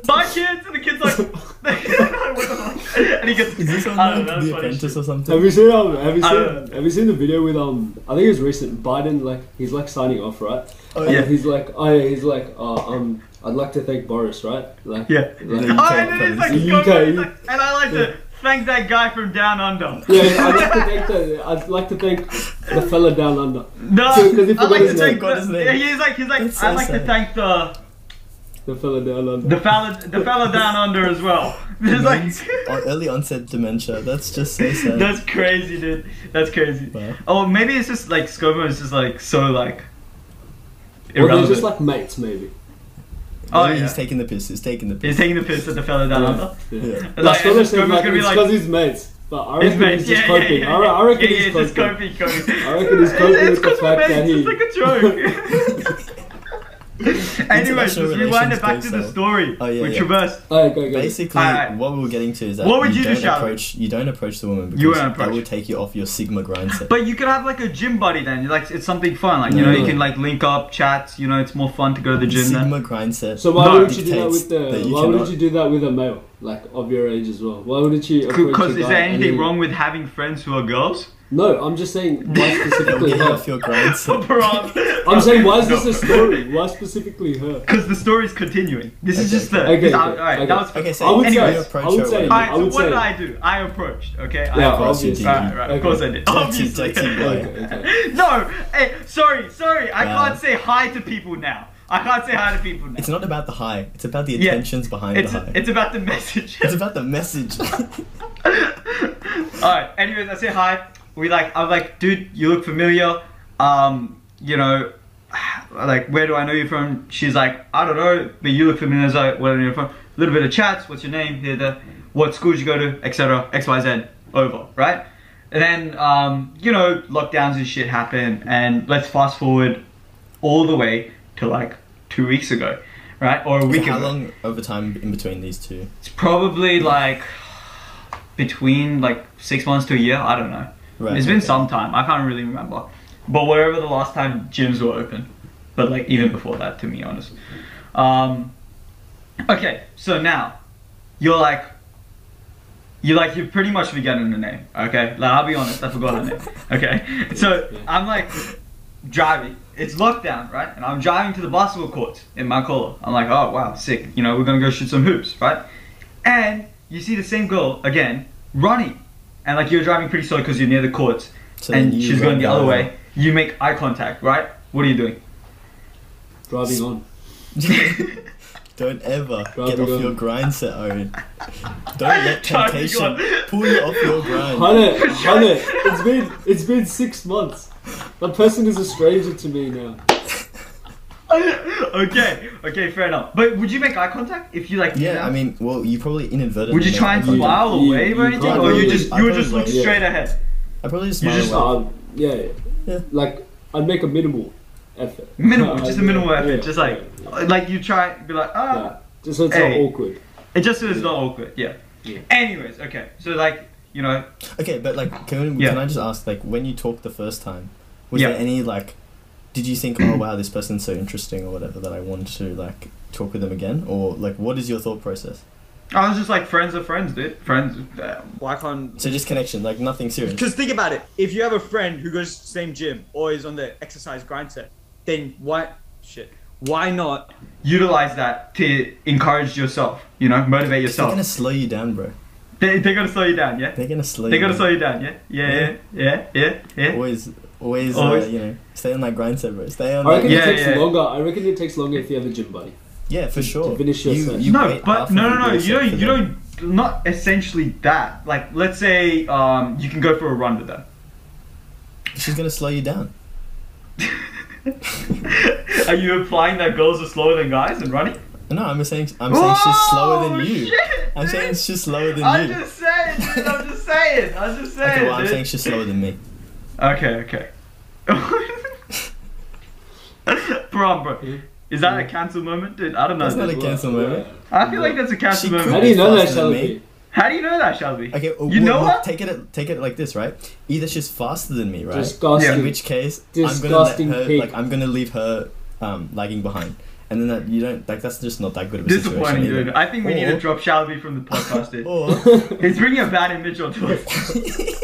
[SPEAKER 3] buy kids, and the kid's like, and he gets.
[SPEAKER 4] is this on
[SPEAKER 3] I don't
[SPEAKER 4] like,
[SPEAKER 3] know, Oh, that's
[SPEAKER 4] The
[SPEAKER 3] funny
[SPEAKER 4] Apprentice
[SPEAKER 3] shit.
[SPEAKER 4] or something?
[SPEAKER 2] Have you seen um, have you seen
[SPEAKER 3] Uh,
[SPEAKER 2] have you seen the video with um I think it was recent Biden like he's like signing off right
[SPEAKER 4] Oh,
[SPEAKER 2] And
[SPEAKER 3] yeah.
[SPEAKER 2] he's like oh yeah, he's like oh, um I'd like to thank Boris right like
[SPEAKER 3] Yeah.
[SPEAKER 2] like,
[SPEAKER 4] Yeah.
[SPEAKER 3] Oh, and then he's like,
[SPEAKER 2] You
[SPEAKER 3] he's going,
[SPEAKER 2] go.
[SPEAKER 3] he's like, and I like to thank that guy from Down Under.
[SPEAKER 2] yeah I'd like to thank the I'd like to thank the fella down under
[SPEAKER 3] No,
[SPEAKER 2] So, 'cause he
[SPEAKER 3] I
[SPEAKER 2] forgot
[SPEAKER 3] like to
[SPEAKER 2] his
[SPEAKER 3] thank.
[SPEAKER 4] name. Got his
[SPEAKER 3] The,
[SPEAKER 4] name.
[SPEAKER 3] yeah, he's like, he's like,
[SPEAKER 4] That's so
[SPEAKER 3] I like to
[SPEAKER 4] sad.
[SPEAKER 3] thank the
[SPEAKER 2] the fella down under
[SPEAKER 3] the fella, the fella down under as well. It's like,
[SPEAKER 4] Men's or oh, early onset dementia. That's just so sad.
[SPEAKER 3] that's crazy, dude. That's crazy.
[SPEAKER 4] Wow.
[SPEAKER 3] Oh, maybe it's just like Scomo is just like so like
[SPEAKER 2] or they're
[SPEAKER 3] irrelevant.
[SPEAKER 2] just like mates maybe
[SPEAKER 3] oh,
[SPEAKER 4] Maybe
[SPEAKER 3] yeah.
[SPEAKER 4] he's taking the piss. He's taking the piss.
[SPEAKER 3] he's taking the piss at the fella down under.
[SPEAKER 4] Yeah.
[SPEAKER 3] And, Like,
[SPEAKER 2] That's what
[SPEAKER 3] and
[SPEAKER 2] they're saying,
[SPEAKER 3] Scomo's
[SPEAKER 2] like,
[SPEAKER 3] gonna be
[SPEAKER 2] it's because
[SPEAKER 3] like.
[SPEAKER 2] he's mates. But I
[SPEAKER 3] His
[SPEAKER 2] reckon
[SPEAKER 3] mates,
[SPEAKER 2] he's just
[SPEAKER 3] yeah, yeah,
[SPEAKER 2] coping.
[SPEAKER 3] yeah,
[SPEAKER 2] I, re- I
[SPEAKER 3] yeah,
[SPEAKER 2] reckon
[SPEAKER 3] yeah,
[SPEAKER 2] he's
[SPEAKER 3] it's just
[SPEAKER 2] coping.
[SPEAKER 3] coping, coping.
[SPEAKER 2] I reckon he's coping
[SPEAKER 3] It's
[SPEAKER 2] with the
[SPEAKER 3] because we're
[SPEAKER 2] fact that
[SPEAKER 3] mates.
[SPEAKER 2] he.
[SPEAKER 3] It's like a joke. anyway, just
[SPEAKER 4] International
[SPEAKER 3] rewind it back to
[SPEAKER 4] relations goes
[SPEAKER 3] the
[SPEAKER 4] south.
[SPEAKER 3] story.
[SPEAKER 4] Oh, yeah,
[SPEAKER 3] we
[SPEAKER 4] yeah.
[SPEAKER 3] traversed.
[SPEAKER 2] Alright, go, go.
[SPEAKER 4] Basically,
[SPEAKER 3] Alright.
[SPEAKER 4] what we were getting to is that
[SPEAKER 3] What would you do,
[SPEAKER 4] don't
[SPEAKER 3] Shalom?
[SPEAKER 4] approach. You don't approach the woman because
[SPEAKER 3] You wouldn't
[SPEAKER 4] that
[SPEAKER 3] approach.
[SPEAKER 4] will take you off your sigma grind set.
[SPEAKER 3] But you could have like a gym buddy then. You like it's something fun. Like you know, you
[SPEAKER 2] Yeah.
[SPEAKER 3] can like link up, chat. You know, it's more fun to go to the gym then.
[SPEAKER 4] sigma grind set.
[SPEAKER 2] So why
[SPEAKER 3] No,
[SPEAKER 2] wouldn't you do that
[SPEAKER 4] dictates
[SPEAKER 2] with the?
[SPEAKER 4] that you
[SPEAKER 2] why
[SPEAKER 4] cannot-
[SPEAKER 2] wouldn't you do that with a male, like of your age as well? Why wouldn't you? approach
[SPEAKER 3] Because
[SPEAKER 2] a
[SPEAKER 3] is
[SPEAKER 2] guy
[SPEAKER 3] there
[SPEAKER 2] and
[SPEAKER 3] anything
[SPEAKER 2] then-
[SPEAKER 3] wrong with having friends who are girls?
[SPEAKER 2] No, I'm just saying why
[SPEAKER 4] It'll
[SPEAKER 2] specifically
[SPEAKER 4] get you
[SPEAKER 2] her.
[SPEAKER 4] off your grind set.
[SPEAKER 2] I'm
[SPEAKER 3] I'm
[SPEAKER 2] saying why is this a story? Why specifically her?
[SPEAKER 3] Because the story's continuing. This is
[SPEAKER 4] Okay,
[SPEAKER 3] just the.
[SPEAKER 2] okay.
[SPEAKER 3] this-
[SPEAKER 2] Okay,
[SPEAKER 3] all right,
[SPEAKER 2] okay.
[SPEAKER 3] that was.
[SPEAKER 4] Okay,
[SPEAKER 2] I
[SPEAKER 4] so
[SPEAKER 2] would
[SPEAKER 3] Anyways.
[SPEAKER 2] say.
[SPEAKER 4] you approach
[SPEAKER 2] I would
[SPEAKER 4] her
[SPEAKER 2] say.
[SPEAKER 4] with-
[SPEAKER 3] All right,
[SPEAKER 2] I
[SPEAKER 3] so
[SPEAKER 2] would
[SPEAKER 3] what
[SPEAKER 2] say.
[SPEAKER 3] did I do? I approached. Okay.
[SPEAKER 2] Yeah,
[SPEAKER 3] I approached.
[SPEAKER 2] obviously.
[SPEAKER 3] All right, right. Of
[SPEAKER 2] Okay.
[SPEAKER 3] course I did.
[SPEAKER 4] Dirty,
[SPEAKER 3] Obviously.
[SPEAKER 4] dirty boy.
[SPEAKER 2] Okay, okay.
[SPEAKER 3] no. Hey, sorry, sorry. I
[SPEAKER 4] Wow.
[SPEAKER 3] can't say hi to people now. I can't say hi to people now.
[SPEAKER 4] It's not about the high. It's about the
[SPEAKER 3] Yeah.
[SPEAKER 4] intentions behind
[SPEAKER 3] It's,
[SPEAKER 4] the high.
[SPEAKER 3] it's about the message.
[SPEAKER 4] It's about the message.
[SPEAKER 3] Alright, anyways, I say hi. We like I'm like, dude, you look familiar. Um, you know, like where do I know you from? She's like, I don't know, but you look familiar as I where are you from? A little bit of chats, what's your name? Here there, what schools you go to, etc. XYZ. Over, right? And then um, you know, lockdowns and shit happen and let's fast forward all the way to like two weeks ago, right? Or a week
[SPEAKER 4] How
[SPEAKER 3] ago.
[SPEAKER 4] long over time in between these two?
[SPEAKER 3] It's probably like between like six months to a year. I don't know.
[SPEAKER 4] Right,
[SPEAKER 3] it's been
[SPEAKER 4] okay.
[SPEAKER 3] some time. I can't really remember. But wherever the last time gyms were open, but like even before that, to be honest. Um, okay, so now you're like you like you've pretty much forgotten the name. Okay, like I'll be honest, I forgot her name. Okay, so I'm like driving. It's lockdown, right? And I'm driving to the basketball courts in Makola. I'm like, oh wow, sick. You know, we're gonna go shoot some hoops, right? And you see the same girl again running, and like you're driving pretty slow because you're near the courts,
[SPEAKER 4] So
[SPEAKER 3] and
[SPEAKER 4] then you
[SPEAKER 3] she's going
[SPEAKER 4] run
[SPEAKER 3] the other
[SPEAKER 4] over.
[SPEAKER 3] way. You make eye contact, right? What are you doing?
[SPEAKER 2] Driving on.
[SPEAKER 4] Don't ever
[SPEAKER 2] Probably
[SPEAKER 4] get off
[SPEAKER 2] don't.
[SPEAKER 4] your grind set, Owen. Don't
[SPEAKER 3] Probably
[SPEAKER 4] let temptation
[SPEAKER 3] don't.
[SPEAKER 4] pull you off your grind.
[SPEAKER 2] Hunter, Hunter, it's been it's been six months. That person is a stranger to me now.
[SPEAKER 3] okay, okay, fair enough. But would you make eye contact if you like? you know?
[SPEAKER 4] Yeah, I mean, well, you probably inadvertently.
[SPEAKER 3] Would you
[SPEAKER 4] made
[SPEAKER 3] try and
[SPEAKER 4] eye contact.
[SPEAKER 3] smile or
[SPEAKER 2] You-
[SPEAKER 3] wave or
[SPEAKER 2] you
[SPEAKER 3] anything,
[SPEAKER 2] can't
[SPEAKER 3] or you
[SPEAKER 2] really-
[SPEAKER 3] just
[SPEAKER 4] I
[SPEAKER 3] you would
[SPEAKER 4] probably
[SPEAKER 3] just look
[SPEAKER 4] won't, yeah.
[SPEAKER 3] straight ahead?
[SPEAKER 4] I probably just
[SPEAKER 3] You
[SPEAKER 4] smile.
[SPEAKER 3] just-
[SPEAKER 4] like-
[SPEAKER 2] Um, yeah,
[SPEAKER 4] Yeah.
[SPEAKER 2] Like I'd make a minimal effort.
[SPEAKER 3] Minimal,
[SPEAKER 2] Uh,
[SPEAKER 3] just a minimal
[SPEAKER 2] yeah,
[SPEAKER 3] effort,
[SPEAKER 2] yeah,
[SPEAKER 3] just like like you try and be like ah.
[SPEAKER 2] yeah. Just so it's
[SPEAKER 3] Hey.
[SPEAKER 2] not awkward.
[SPEAKER 3] It just so it's not awkward, yeah.
[SPEAKER 2] Yeah.
[SPEAKER 3] Anyways, okay, so like, you know,
[SPEAKER 4] Okay, but like, can, we
[SPEAKER 3] Yeah.
[SPEAKER 4] can I just ask, like, when you talked the first time, was
[SPEAKER 3] Yeah.
[SPEAKER 4] there any like, did you think, oh wow, this person's so interesting or whatever that I want to like talk with them again, or like, what is your thought process?
[SPEAKER 3] I was just like, friends are friends, dude. Friends, uh, why can't.
[SPEAKER 4] So just connection, like nothing serious.
[SPEAKER 5] Because think about it. If you have a friend who goes to the same gym or is on the exercise grind set, then why shit? Why not?
[SPEAKER 3] Utilize that to encourage yourself, you know, motivate
[SPEAKER 4] They're gonna
[SPEAKER 3] yourself.
[SPEAKER 4] slow you down, bro.
[SPEAKER 3] They, they're gonna slow you down, yeah?
[SPEAKER 4] They're gonna slow.
[SPEAKER 3] They're
[SPEAKER 4] you
[SPEAKER 3] gonna
[SPEAKER 4] down.
[SPEAKER 3] slow you down, yeah? Yeah, yeah, yeah, yeah, yeah.
[SPEAKER 4] Always, always,
[SPEAKER 3] Always.
[SPEAKER 4] Uh, you know, stay on that grind set, bro. Stay on.
[SPEAKER 2] I
[SPEAKER 4] That,
[SPEAKER 2] reckon
[SPEAKER 3] Yeah,
[SPEAKER 2] it takes
[SPEAKER 3] yeah.
[SPEAKER 2] longer. I reckon it takes longer if you have a gym buddy.
[SPEAKER 4] yeah, for sure.
[SPEAKER 2] finish your
[SPEAKER 4] you,
[SPEAKER 2] set.
[SPEAKER 4] you
[SPEAKER 3] No,
[SPEAKER 4] wait
[SPEAKER 3] but
[SPEAKER 4] after
[SPEAKER 3] no,
[SPEAKER 4] you
[SPEAKER 3] no, no,
[SPEAKER 4] do the
[SPEAKER 3] you
[SPEAKER 4] set for
[SPEAKER 3] don't, you
[SPEAKER 4] them.
[SPEAKER 3] don't, not essentially that. Like, let's say um, you can go for a run with them.
[SPEAKER 4] She's gonna slow you down.
[SPEAKER 3] Are you implying that girls are slower than guys and running?
[SPEAKER 4] No, I'm saying I'm saying she's slower than
[SPEAKER 3] Oh,
[SPEAKER 4] you.
[SPEAKER 3] Shit,
[SPEAKER 4] I'm
[SPEAKER 3] dude.
[SPEAKER 4] saying she's slower than
[SPEAKER 3] I'm
[SPEAKER 4] you.
[SPEAKER 3] just saying, dude. I'm just saying. I'm just saying.
[SPEAKER 4] okay, well, I'm
[SPEAKER 3] dude.
[SPEAKER 4] saying she's slower than me.
[SPEAKER 3] Okay, okay. bro, bro. Is that a cancel moment, dude? I don't know.
[SPEAKER 4] That's not a
[SPEAKER 3] dude.
[SPEAKER 4] cancel moment.
[SPEAKER 3] I feel like that's a cancel
[SPEAKER 4] She
[SPEAKER 3] moment.
[SPEAKER 4] could
[SPEAKER 2] How do you know that,
[SPEAKER 4] faster than me.
[SPEAKER 2] Shelby?
[SPEAKER 3] How do you know that, Shelby?
[SPEAKER 4] Okay, well,
[SPEAKER 3] You know
[SPEAKER 4] well,
[SPEAKER 3] what?
[SPEAKER 4] Take it, take it like this, right? Either she's faster than me, right? In
[SPEAKER 2] Disgusting.
[SPEAKER 4] which case,
[SPEAKER 2] Disgusting
[SPEAKER 4] I'm gonna let her,
[SPEAKER 2] pig.
[SPEAKER 4] like, I'm gonna leave her um, lagging behind, and then that you don't like that's just not that good of a
[SPEAKER 3] Disappointing,
[SPEAKER 4] situation. Oh.
[SPEAKER 3] dude. I think we need to
[SPEAKER 4] Or-
[SPEAKER 3] drop Shelby from the podcast, dude.
[SPEAKER 4] Or,
[SPEAKER 3] It's bringing a bad image onto us.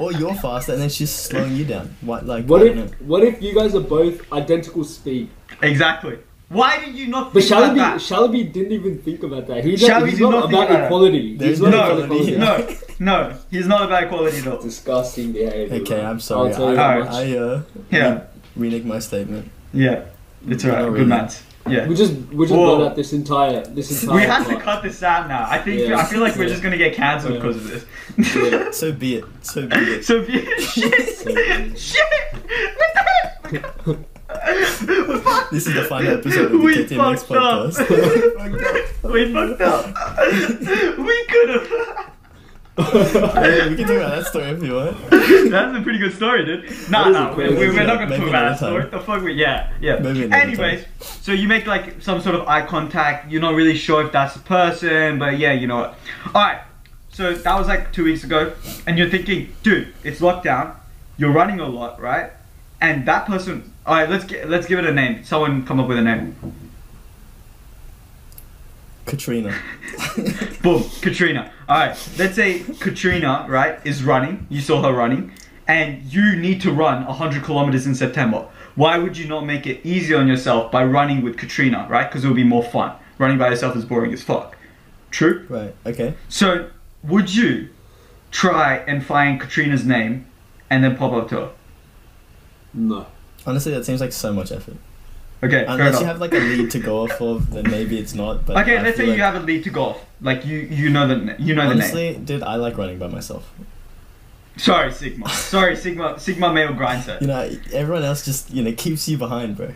[SPEAKER 4] or you're faster, and then she's slowing you down. What, like,
[SPEAKER 2] What
[SPEAKER 4] I don't know.
[SPEAKER 2] if what if you guys are both identical speed?
[SPEAKER 3] exactly. Why did you not
[SPEAKER 2] But
[SPEAKER 3] think about
[SPEAKER 2] Shelby
[SPEAKER 3] that?
[SPEAKER 2] Shelby didn't even think about that. He's
[SPEAKER 3] Shelby
[SPEAKER 2] not, he's
[SPEAKER 3] did
[SPEAKER 2] not,
[SPEAKER 3] not think
[SPEAKER 2] about
[SPEAKER 3] about that.
[SPEAKER 2] equality.
[SPEAKER 4] There's
[SPEAKER 2] He's not
[SPEAKER 4] no
[SPEAKER 2] about
[SPEAKER 3] no,
[SPEAKER 4] equality.
[SPEAKER 2] equality.
[SPEAKER 3] no, no. He's not about equality at all.
[SPEAKER 2] Disgusting behavior.
[SPEAKER 4] Okay,
[SPEAKER 2] bro.
[SPEAKER 4] I'm sorry.
[SPEAKER 2] I'll tell you
[SPEAKER 4] I,
[SPEAKER 2] how much.
[SPEAKER 4] I, uh,
[SPEAKER 3] Yeah,
[SPEAKER 4] renege my statement.
[SPEAKER 3] yeah. It's
[SPEAKER 4] Not
[SPEAKER 3] alright.
[SPEAKER 4] really.
[SPEAKER 3] Good man. Yeah.
[SPEAKER 2] We just we just
[SPEAKER 3] Whoa.
[SPEAKER 2] brought out this entire this entire.
[SPEAKER 3] We have to
[SPEAKER 2] plot.
[SPEAKER 3] cut this out now. I think
[SPEAKER 2] Yeah.
[SPEAKER 3] I feel like we're
[SPEAKER 2] Yeah.
[SPEAKER 3] just gonna get cancelled
[SPEAKER 2] Yeah.
[SPEAKER 3] because of
[SPEAKER 2] Yeah.
[SPEAKER 3] this.
[SPEAKER 4] So be it. So be it.
[SPEAKER 3] so if you- shit, shit, what the heck?
[SPEAKER 4] This is the final episode of the
[SPEAKER 3] We
[SPEAKER 4] KTMX
[SPEAKER 3] fucked up.
[SPEAKER 4] podcast.
[SPEAKER 3] we fucked up. we could have.
[SPEAKER 4] Hey, we can talk about that story if you want.
[SPEAKER 3] That's a pretty good story, dude. Nah,
[SPEAKER 2] That is a
[SPEAKER 3] nah, we-
[SPEAKER 2] great
[SPEAKER 3] we, we're
[SPEAKER 4] story.
[SPEAKER 3] not gonna
[SPEAKER 4] Maybe
[SPEAKER 3] talk about that
[SPEAKER 4] another
[SPEAKER 3] story.
[SPEAKER 4] time.
[SPEAKER 3] The fuck, we, yeah, yeah.
[SPEAKER 4] Maybe another
[SPEAKER 3] Anyways, so you make like some sort of eye contact. You're not really sure if that's the person, but yeah, you know what. All right, so that was like two weeks ago, and you're thinking, dude, it's lockdown. You're running a lot, right? And that person, all right, let's get, let's give it a name. Someone come up with a name.
[SPEAKER 4] Katrina.
[SPEAKER 3] Boom, Katrina. All right, let's say Katrina, right, is running. You saw her running, and you need to run 100 kilometers in September. Why would you not make it easy on yourself by running with Katrina, right? Because it would be more fun. Running by yourself is boring as fuck. True.
[SPEAKER 4] Right. Okay.
[SPEAKER 3] So, would you try and find Katrina's name and then pop up to her?
[SPEAKER 2] No.
[SPEAKER 4] Honestly, that seems like so much effort.
[SPEAKER 3] Okay, fair
[SPEAKER 4] Unless
[SPEAKER 3] enough.
[SPEAKER 4] you have like a lead to go off of, then maybe it's not. But
[SPEAKER 3] okay,
[SPEAKER 4] I
[SPEAKER 3] let's say
[SPEAKER 4] feel
[SPEAKER 3] you
[SPEAKER 4] like-
[SPEAKER 3] have a lead to golf. Like you, you know the, you know the name.
[SPEAKER 4] Honestly, dude, I like running by myself.
[SPEAKER 3] Sorry, Sigma. Sorry, Sigma. Sigma male grinder.
[SPEAKER 4] You know, everyone else just you know keeps you behind, bro.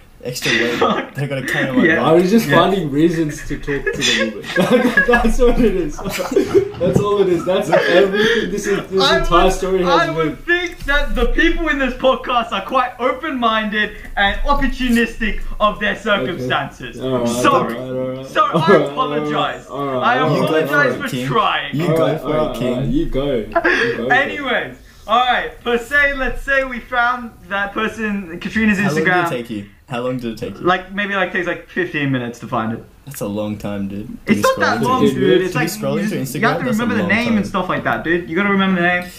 [SPEAKER 4] Extra weight. they gotta carry my
[SPEAKER 3] Yeah.
[SPEAKER 4] bag.
[SPEAKER 2] I was just
[SPEAKER 3] Yeah.
[SPEAKER 2] finding reasons to talk to the woman. That's what it is. That's all it is. That's everything. This is this entire
[SPEAKER 3] would,
[SPEAKER 2] story
[SPEAKER 3] I
[SPEAKER 2] has been.
[SPEAKER 3] would think that the people in this podcast are quite open-minded and opportunistic of their circumstances.
[SPEAKER 2] Alright,
[SPEAKER 3] Sorry.
[SPEAKER 2] alright,
[SPEAKER 3] Sorry, I
[SPEAKER 2] alright,
[SPEAKER 3] apologize.
[SPEAKER 2] alright,
[SPEAKER 3] I
[SPEAKER 2] alright,
[SPEAKER 4] You go
[SPEAKER 3] apologize
[SPEAKER 4] for it,
[SPEAKER 3] for
[SPEAKER 4] King.
[SPEAKER 3] trying.
[SPEAKER 4] You go
[SPEAKER 2] Alright,
[SPEAKER 4] for it,
[SPEAKER 2] alright,
[SPEAKER 4] King.
[SPEAKER 2] alright, You go. You go for it.
[SPEAKER 3] Anyways, all right. Per se, let's say we found that person Katrina's
[SPEAKER 4] How long did it
[SPEAKER 3] Instagram.
[SPEAKER 4] take you? How long did it take you?
[SPEAKER 3] Like maybe like takes like 15 minutes to find it.
[SPEAKER 4] That's a long time, dude. To
[SPEAKER 3] It's
[SPEAKER 4] be
[SPEAKER 3] not that
[SPEAKER 4] scrolling
[SPEAKER 3] long,
[SPEAKER 4] through-
[SPEAKER 3] dude.
[SPEAKER 2] dude. To
[SPEAKER 3] It's
[SPEAKER 4] be
[SPEAKER 3] like
[SPEAKER 4] scrolling
[SPEAKER 3] you,
[SPEAKER 4] through
[SPEAKER 3] just- you have
[SPEAKER 4] Instagram,
[SPEAKER 3] to
[SPEAKER 4] that's a
[SPEAKER 3] remember the
[SPEAKER 4] long
[SPEAKER 3] name
[SPEAKER 4] time.
[SPEAKER 3] and stuff like that, dude. You got to remember the name.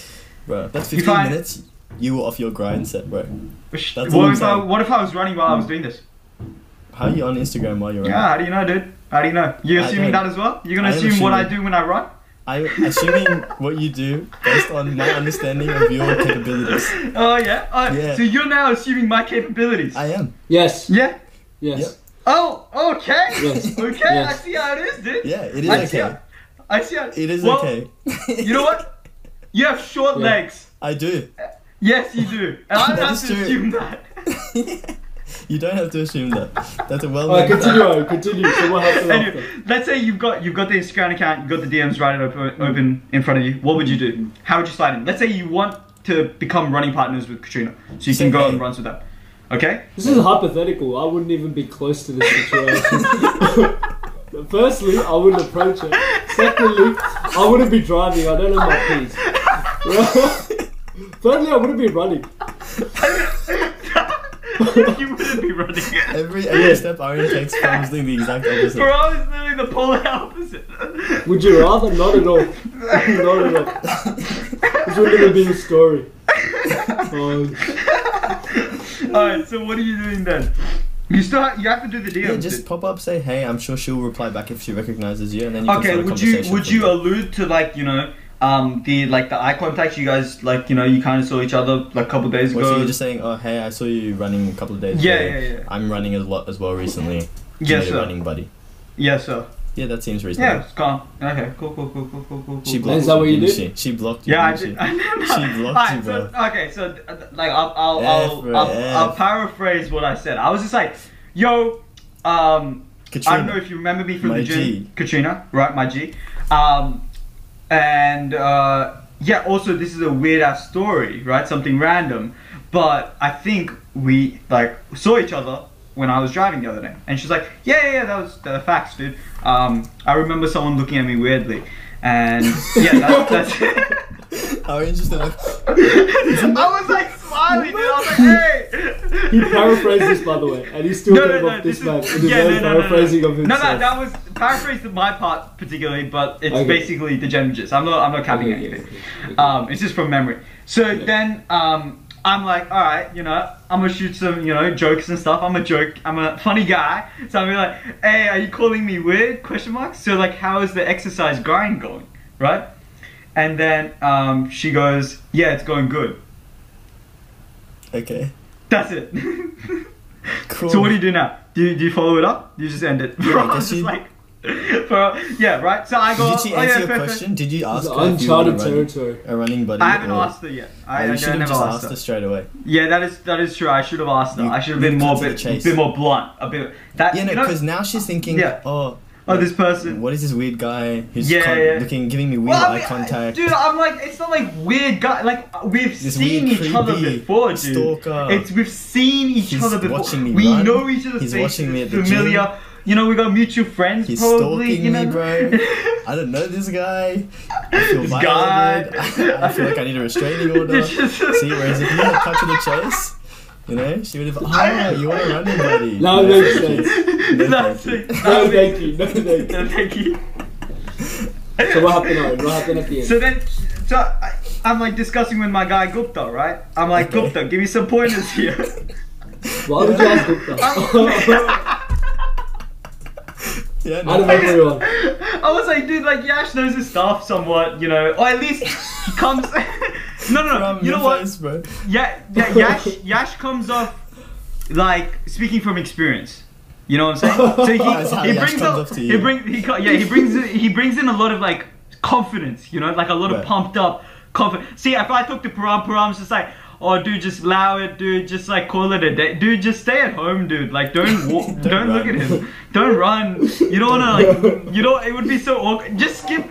[SPEAKER 4] Bro, that's
[SPEAKER 3] You
[SPEAKER 4] 15
[SPEAKER 3] find-
[SPEAKER 4] minutes. You were off your grind set, bro. a
[SPEAKER 3] what
[SPEAKER 4] long
[SPEAKER 3] if, I,
[SPEAKER 4] time. Hmm.
[SPEAKER 3] what if I was running while I was doing this?
[SPEAKER 4] How are you on Instagram while you're
[SPEAKER 3] Yeah,
[SPEAKER 4] running?
[SPEAKER 3] how do you know, dude? How do you know? You
[SPEAKER 4] I
[SPEAKER 3] assuming
[SPEAKER 4] don't-
[SPEAKER 3] that as well? You're gonna
[SPEAKER 4] I am
[SPEAKER 3] assume what I
[SPEAKER 4] assuming.
[SPEAKER 3] do when I run?
[SPEAKER 4] I'm assuming what you do based on my understanding of your capabilities.
[SPEAKER 3] Oh yeah. Oh,
[SPEAKER 4] Yeah.
[SPEAKER 3] So you're now assuming my capabilities.
[SPEAKER 4] I am.
[SPEAKER 2] Yes.
[SPEAKER 3] yeah.
[SPEAKER 2] Yes.
[SPEAKER 3] Oh, okay.
[SPEAKER 2] Yes.
[SPEAKER 3] Okay, I
[SPEAKER 2] Yes.
[SPEAKER 3] see how it is, dude.
[SPEAKER 4] Yeah, it is
[SPEAKER 3] I see
[SPEAKER 4] okay.
[SPEAKER 3] how, I see how
[SPEAKER 4] It is
[SPEAKER 3] well,
[SPEAKER 4] okay.
[SPEAKER 3] You know what? You have short
[SPEAKER 2] Yeah.
[SPEAKER 3] legs.
[SPEAKER 4] I do.
[SPEAKER 3] Yes, you do. And I
[SPEAKER 4] That
[SPEAKER 3] have
[SPEAKER 4] is
[SPEAKER 3] to
[SPEAKER 4] true.
[SPEAKER 3] assume that.
[SPEAKER 4] You don't have to assume that. That's a well
[SPEAKER 2] Alright,
[SPEAKER 4] known
[SPEAKER 2] continue on. Continue. So what happened
[SPEAKER 3] Anyway,
[SPEAKER 2] after?
[SPEAKER 3] let's say you've got you've got the Instagram account, you've got the DMs right open, open in front of you. What would you do? How would you slide in? Let's say you want to become running partners with Katrina, so you
[SPEAKER 4] Say
[SPEAKER 3] can go
[SPEAKER 4] hey.
[SPEAKER 3] on runs with them. Okay.
[SPEAKER 2] This is hypothetical. I wouldn't even be close to this situation. Firstly, I wouldn't approach her. Secondly, I wouldn't be driving. I don't know my keys. Thirdly, I wouldn't be running.
[SPEAKER 3] you wouldn't be running it.
[SPEAKER 4] Every every step Aaron takes comes doing the exact
[SPEAKER 3] Bro,
[SPEAKER 4] opposite.
[SPEAKER 3] I was literally the polar opposite.
[SPEAKER 2] Would you rather? Not at all. Not at all. This wouldn't even be a story. Um,
[SPEAKER 3] Alright, so what are you doing then? You still have, you have to do the deal.
[SPEAKER 4] Yeah, just pop up, say hey. I'm sure she'll reply back if she recognizes you, and then you can
[SPEAKER 3] okay,
[SPEAKER 4] start a
[SPEAKER 3] would you
[SPEAKER 4] conversation
[SPEAKER 3] would
[SPEAKER 4] from
[SPEAKER 3] you
[SPEAKER 4] there.
[SPEAKER 3] allude to like you know um the like the eye contact you guys like you know you kind of saw each other like a couple days
[SPEAKER 4] Or so
[SPEAKER 3] ago?
[SPEAKER 4] you're just saying, oh hey, I saw you running a couple of days
[SPEAKER 3] Yeah,
[SPEAKER 4] ago.
[SPEAKER 3] yeah, yeah.
[SPEAKER 4] I'm running a lot as well recently. Do you
[SPEAKER 3] Yes,
[SPEAKER 4] need a
[SPEAKER 3] sir.
[SPEAKER 4] running buddy.
[SPEAKER 3] yes, sir.
[SPEAKER 4] Yeah, that seems reasonable.
[SPEAKER 3] Yeah, it's calm. Okay, cool, cool, cool, cool, cool, cool.
[SPEAKER 4] She
[SPEAKER 3] cool.
[SPEAKER 4] blocked
[SPEAKER 2] Is that what you
[SPEAKER 4] didn't
[SPEAKER 2] did?
[SPEAKER 4] She? she blocked you.
[SPEAKER 3] Yeah, I did.
[SPEAKER 4] didn't
[SPEAKER 3] I know.
[SPEAKER 4] She blocked
[SPEAKER 3] Alright,
[SPEAKER 4] you,
[SPEAKER 3] so-
[SPEAKER 4] bro.
[SPEAKER 3] okay, so uh, like I'll I'll
[SPEAKER 4] F,
[SPEAKER 3] I'll,
[SPEAKER 4] bro,
[SPEAKER 3] I'll, I'll
[SPEAKER 4] F.
[SPEAKER 3] paraphrase what I said. I was just like, yo, um,
[SPEAKER 4] Katrina.
[SPEAKER 3] I don't know if you remember me from
[SPEAKER 4] My
[SPEAKER 3] the gym,
[SPEAKER 4] G.
[SPEAKER 3] Katrina, right? My G. Um, and uh, yeah, also this is a weird ass story, right? Something random, but I think we like saw each other when I was driving the other day, and she's like, "Yeah, yeah, yeah that was the facts, dude." Um, I remember someone looking at me weirdly, and yeah, that's, that's
[SPEAKER 4] Are you interested? Like,
[SPEAKER 3] I was like smiling, dude. I was like, "Hey."
[SPEAKER 2] He paraphrased this, by the way, and he still
[SPEAKER 3] No, no,
[SPEAKER 2] came
[SPEAKER 3] no,
[SPEAKER 2] up this
[SPEAKER 3] this
[SPEAKER 2] man.
[SPEAKER 3] is
[SPEAKER 2] with his
[SPEAKER 3] yeah,
[SPEAKER 2] own
[SPEAKER 3] no, no, no, no.
[SPEAKER 2] paraphrasing of
[SPEAKER 3] no,
[SPEAKER 2] himself.
[SPEAKER 3] no, that was paraphrased on my part particularly, but it's
[SPEAKER 2] Okay.
[SPEAKER 3] basically the general gist. I'm not, I'm not capping
[SPEAKER 2] Okay, okay,
[SPEAKER 3] anything.
[SPEAKER 2] okay, okay.
[SPEAKER 3] Um, it's just from memory. So then, um, I'm like, all right, you know, I'm gonna shoot some, you know, jokes and stuff. I'm a joke. I'm a funny guy. So I'm like, hey, are you calling me weird? Question mark. So like, how is the exercise grind going? Right. And then um, she goes, yeah, it's going good.
[SPEAKER 4] okay.
[SPEAKER 3] That's it.
[SPEAKER 4] Cool.
[SPEAKER 3] So what do you do now? Do you, do you follow it up? Do you just end it?
[SPEAKER 4] Yeah, I
[SPEAKER 3] I was
[SPEAKER 4] guess you-
[SPEAKER 3] just like, bro, yeah, right. So I go.
[SPEAKER 4] Did she
[SPEAKER 3] oh,
[SPEAKER 4] answer
[SPEAKER 3] yeah,
[SPEAKER 4] your
[SPEAKER 3] fair, fair.
[SPEAKER 4] question? Did you
[SPEAKER 2] It's
[SPEAKER 4] ask her if you were
[SPEAKER 2] uncharted
[SPEAKER 4] a running,
[SPEAKER 2] territory.
[SPEAKER 4] a running buddy?
[SPEAKER 3] I haven't
[SPEAKER 4] or-
[SPEAKER 3] asked her yet. I,
[SPEAKER 4] Oh,
[SPEAKER 3] I,
[SPEAKER 4] you
[SPEAKER 3] I
[SPEAKER 4] should have
[SPEAKER 3] never
[SPEAKER 4] just
[SPEAKER 3] asked
[SPEAKER 4] asked
[SPEAKER 3] her. Uh,
[SPEAKER 4] her straight away.
[SPEAKER 3] Yeah, that is that is true. I should have asked her.
[SPEAKER 4] You-
[SPEAKER 3] I should have
[SPEAKER 4] you
[SPEAKER 3] been
[SPEAKER 4] cut
[SPEAKER 3] more
[SPEAKER 4] to the
[SPEAKER 3] bit,
[SPEAKER 4] chase.
[SPEAKER 3] bit more blunt. A bit that
[SPEAKER 4] Yeah, no,
[SPEAKER 3] you know,
[SPEAKER 4] because now she's thinking,
[SPEAKER 3] Yeah.
[SPEAKER 4] oh,
[SPEAKER 3] oh this person.
[SPEAKER 4] what is this weird guy who's
[SPEAKER 3] Yeah,
[SPEAKER 4] con-
[SPEAKER 3] yeah.
[SPEAKER 4] looking, giving me weird
[SPEAKER 3] Well, I
[SPEAKER 4] eye
[SPEAKER 3] mean, I-
[SPEAKER 4] contact?
[SPEAKER 3] dude, I'm like, it's not like weird guy. Like we've
[SPEAKER 4] This
[SPEAKER 3] seen
[SPEAKER 4] weird,
[SPEAKER 3] each other
[SPEAKER 4] creepy
[SPEAKER 3] before, dude.
[SPEAKER 4] stalker.
[SPEAKER 3] It's we've seen each
[SPEAKER 4] He's
[SPEAKER 3] other before.
[SPEAKER 4] watching me
[SPEAKER 3] we
[SPEAKER 4] run.
[SPEAKER 3] know each other's
[SPEAKER 4] He's
[SPEAKER 3] faces.
[SPEAKER 4] watching me at the gym.
[SPEAKER 3] familiar. You know, we got mutual friends.
[SPEAKER 4] He's
[SPEAKER 3] probably,
[SPEAKER 4] stalking
[SPEAKER 3] you know?
[SPEAKER 4] me, bro. I don't know this guy. I feel
[SPEAKER 3] This
[SPEAKER 4] violated.
[SPEAKER 3] guy.
[SPEAKER 4] I feel like I need a restraining order.
[SPEAKER 3] This is-
[SPEAKER 4] See, whereas if you had cut to the chase, you know, she would have. Ah, you want a running buddy?
[SPEAKER 2] No,
[SPEAKER 4] no,
[SPEAKER 2] makes
[SPEAKER 4] thank you.
[SPEAKER 2] sense.
[SPEAKER 4] No,
[SPEAKER 3] That's it.
[SPEAKER 4] thank you.
[SPEAKER 2] No,
[SPEAKER 3] That
[SPEAKER 2] thank
[SPEAKER 3] was
[SPEAKER 2] you. No, thank
[SPEAKER 3] it.
[SPEAKER 2] you.
[SPEAKER 3] Thank you.
[SPEAKER 2] So what happened? Owen? What happened at the end?
[SPEAKER 3] So then, so I, I'm like discussing with my guy Gupta, right? I'm like
[SPEAKER 4] Okay.
[SPEAKER 3] Gupta, give me some pointers here.
[SPEAKER 2] Why would you ask Gupta?
[SPEAKER 4] Yeah, no.
[SPEAKER 2] Out of everyone,
[SPEAKER 3] I was like, dude, like Yash knows his stuff somewhat, you know, or at least he comes. no, no, no.
[SPEAKER 4] From
[SPEAKER 3] You know what?
[SPEAKER 4] Memphis, bro.
[SPEAKER 3] Yeah, yeah, Yash, Yash comes off like speaking from experience. You know what I'm saying? So
[SPEAKER 4] That's how
[SPEAKER 3] he, he
[SPEAKER 4] Yash
[SPEAKER 3] brings
[SPEAKER 4] comes
[SPEAKER 3] up,
[SPEAKER 4] off to
[SPEAKER 3] he
[SPEAKER 4] you.
[SPEAKER 3] brings he co- yeah he brings he brings in a lot of like confidence. You know, like a lot
[SPEAKER 4] Right.
[SPEAKER 3] of pumped up confidence. See, if I talk to Param, Param's just like. Oh, dude, just allow it, dude. Just like call it a day, dude. Just stay at home, dude. Like, don't walk, don't,
[SPEAKER 4] Don't
[SPEAKER 3] look at
[SPEAKER 4] run.
[SPEAKER 3] him. Don't run. You don't wanna like, you don't. It would be so awkward. Just skip,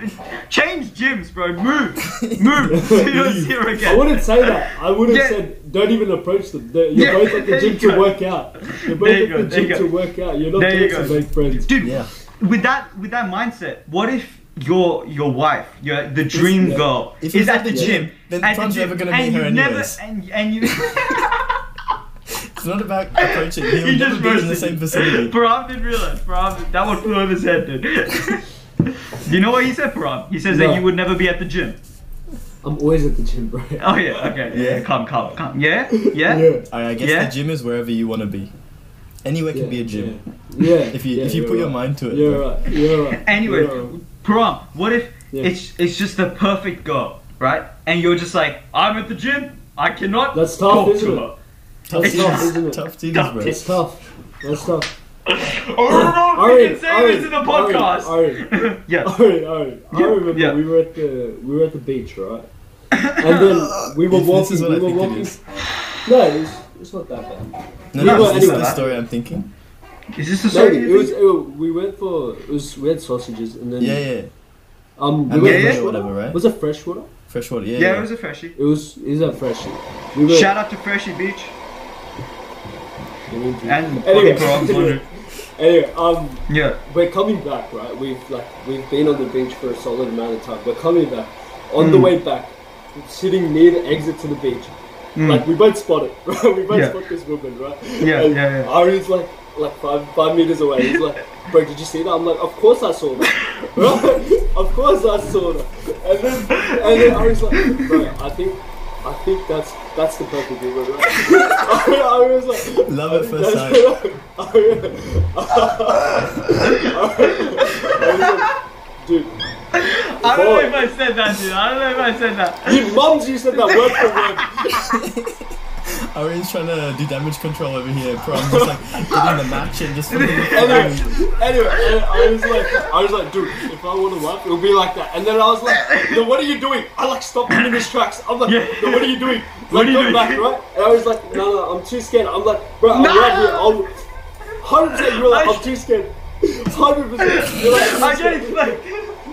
[SPEAKER 3] change gyms, bro. Move, move. you don't see her again.
[SPEAKER 2] I wouldn't say that. I would have
[SPEAKER 3] Yeah.
[SPEAKER 2] said, don't even approach them. They- You're
[SPEAKER 3] Yeah,
[SPEAKER 2] both at the
[SPEAKER 3] there
[SPEAKER 2] gym
[SPEAKER 3] you
[SPEAKER 2] to
[SPEAKER 3] go.
[SPEAKER 2] work out. You're both
[SPEAKER 3] There you
[SPEAKER 2] at
[SPEAKER 3] go,
[SPEAKER 2] the
[SPEAKER 3] there you
[SPEAKER 2] gym to
[SPEAKER 3] go.
[SPEAKER 2] work out. You're not
[SPEAKER 3] There you
[SPEAKER 2] there to
[SPEAKER 3] go.
[SPEAKER 2] make friends.
[SPEAKER 3] dude
[SPEAKER 4] Yeah.
[SPEAKER 3] with that with that mindset what if your your wife your the dream
[SPEAKER 2] yeah.
[SPEAKER 3] girl
[SPEAKER 4] If
[SPEAKER 3] is
[SPEAKER 4] it's
[SPEAKER 3] at the
[SPEAKER 4] yeah,
[SPEAKER 3] gym
[SPEAKER 4] then
[SPEAKER 3] at
[SPEAKER 4] Tom's
[SPEAKER 3] the gym
[SPEAKER 4] never gonna
[SPEAKER 3] and
[SPEAKER 4] meet her
[SPEAKER 3] you never
[SPEAKER 4] anyways.
[SPEAKER 3] and, and you
[SPEAKER 4] It's not about approaching. He'll
[SPEAKER 3] you
[SPEAKER 4] never
[SPEAKER 3] just
[SPEAKER 4] be in the
[SPEAKER 3] roasted
[SPEAKER 4] same vicinity.
[SPEAKER 3] Param didn't realize Param that one flew over his head dude Do you know what he said Param he says
[SPEAKER 2] No.
[SPEAKER 3] that you would never be at the gym
[SPEAKER 2] I'm always at the gym, bro.
[SPEAKER 3] oh yeah okay yeah,
[SPEAKER 4] Yeah.
[SPEAKER 3] come come come yeah yeah,
[SPEAKER 2] Yeah.
[SPEAKER 4] Alright, I guess
[SPEAKER 3] Yeah.
[SPEAKER 4] the gym is wherever you want to be. Anywhere can be a gym.
[SPEAKER 2] Yeah.
[SPEAKER 4] If you
[SPEAKER 2] yeah,
[SPEAKER 4] if you
[SPEAKER 2] you're
[SPEAKER 4] put your
[SPEAKER 2] right.
[SPEAKER 4] mind to it.
[SPEAKER 2] You're
[SPEAKER 4] bro.
[SPEAKER 2] right. You're right.
[SPEAKER 3] anyway
[SPEAKER 2] You're right.
[SPEAKER 3] Param what if
[SPEAKER 2] Yeah.
[SPEAKER 3] it's it's just the perfect girl right and you're just like I'm at the gym I cannot
[SPEAKER 2] That's tough,
[SPEAKER 3] talk
[SPEAKER 2] isn't
[SPEAKER 3] to
[SPEAKER 2] it?
[SPEAKER 3] her
[SPEAKER 4] Tough
[SPEAKER 3] It's
[SPEAKER 4] teams,
[SPEAKER 2] tough, isn't it?
[SPEAKER 4] tough teams,
[SPEAKER 3] Tough
[SPEAKER 4] bro.
[SPEAKER 2] It's tough. That's tough.
[SPEAKER 3] Oh, no, we
[SPEAKER 2] Ari,
[SPEAKER 3] can say
[SPEAKER 2] Ari,
[SPEAKER 3] this in a
[SPEAKER 2] Ari,
[SPEAKER 3] podcast. yeah.
[SPEAKER 2] Alright, alright. I
[SPEAKER 3] Yeah,
[SPEAKER 2] remember
[SPEAKER 3] yeah.
[SPEAKER 2] we were at the we were at the beach, right? And then we were
[SPEAKER 4] This-
[SPEAKER 2] walking.
[SPEAKER 4] this is what
[SPEAKER 2] we
[SPEAKER 4] I
[SPEAKER 2] were
[SPEAKER 4] think it
[SPEAKER 2] walking.
[SPEAKER 4] is.
[SPEAKER 2] No, it's, it's not that bad. Yeah,
[SPEAKER 4] No, no,
[SPEAKER 2] but
[SPEAKER 4] this is the
[SPEAKER 2] anyway.
[SPEAKER 4] story I'm thinking.
[SPEAKER 3] Is this the
[SPEAKER 2] No,
[SPEAKER 3] story?
[SPEAKER 2] it was, it was we went for it was we had sausages and then
[SPEAKER 4] Yeah, yeah.
[SPEAKER 2] um we
[SPEAKER 4] And
[SPEAKER 2] went
[SPEAKER 3] yeah, yeah.
[SPEAKER 2] freshwater.
[SPEAKER 4] whatever, right?
[SPEAKER 2] Was it freshwater?
[SPEAKER 4] Freshwater, yeah.
[SPEAKER 3] yeah, it was a freshie.
[SPEAKER 2] It was is that fresh? We were
[SPEAKER 3] Shout out to Freshie Beach and
[SPEAKER 2] Anyway.
[SPEAKER 3] fucking Param's laundry.
[SPEAKER 2] anyway, um
[SPEAKER 3] Yeah.
[SPEAKER 2] we're coming back, right? We've like we've been on the beach for a solid amount of time. We're coming back. On
[SPEAKER 3] Hmm.
[SPEAKER 2] the way back, sitting near the exit to the beach, like we both spot it. Right? We both
[SPEAKER 3] Hmm. Yeah.
[SPEAKER 2] spot this woman, right?
[SPEAKER 3] Yeah,
[SPEAKER 2] and
[SPEAKER 3] yeah, yeah.
[SPEAKER 2] Ari's like like five five meters away. He's like, bro, did you see that? I'm like, of course I saw that. Right? of course I saw that. And then and then Ari's like, bro, I think. I think that's that's the perfect woman, right? I was like,
[SPEAKER 4] Love at first sight.
[SPEAKER 2] that's- Dude,
[SPEAKER 3] I don't know if I said that, dude. I don't know if I said that.
[SPEAKER 2] your mums used to that word for word.
[SPEAKER 4] Arian's trying to do damage control over here, bro. I'm just like getting the match and just
[SPEAKER 2] Anyway, anyway, and I was like, I was like, dude, if I want to wife, it'll be like that. And then I was like, no, what are you doing? I like stopped him in his tracks. I'm like,
[SPEAKER 3] Yeah.
[SPEAKER 2] no, what are you doing? Like,
[SPEAKER 3] What are you
[SPEAKER 2] go
[SPEAKER 3] doing?
[SPEAKER 2] back, right? And I was like, no, no, I'm too scared. I'm like, bro, I'm
[SPEAKER 3] No!
[SPEAKER 2] right here. I'll, 100% you were like,
[SPEAKER 3] I
[SPEAKER 2] I'm
[SPEAKER 3] sh-
[SPEAKER 2] too scared. hundred percent. You're like,
[SPEAKER 3] I don't like.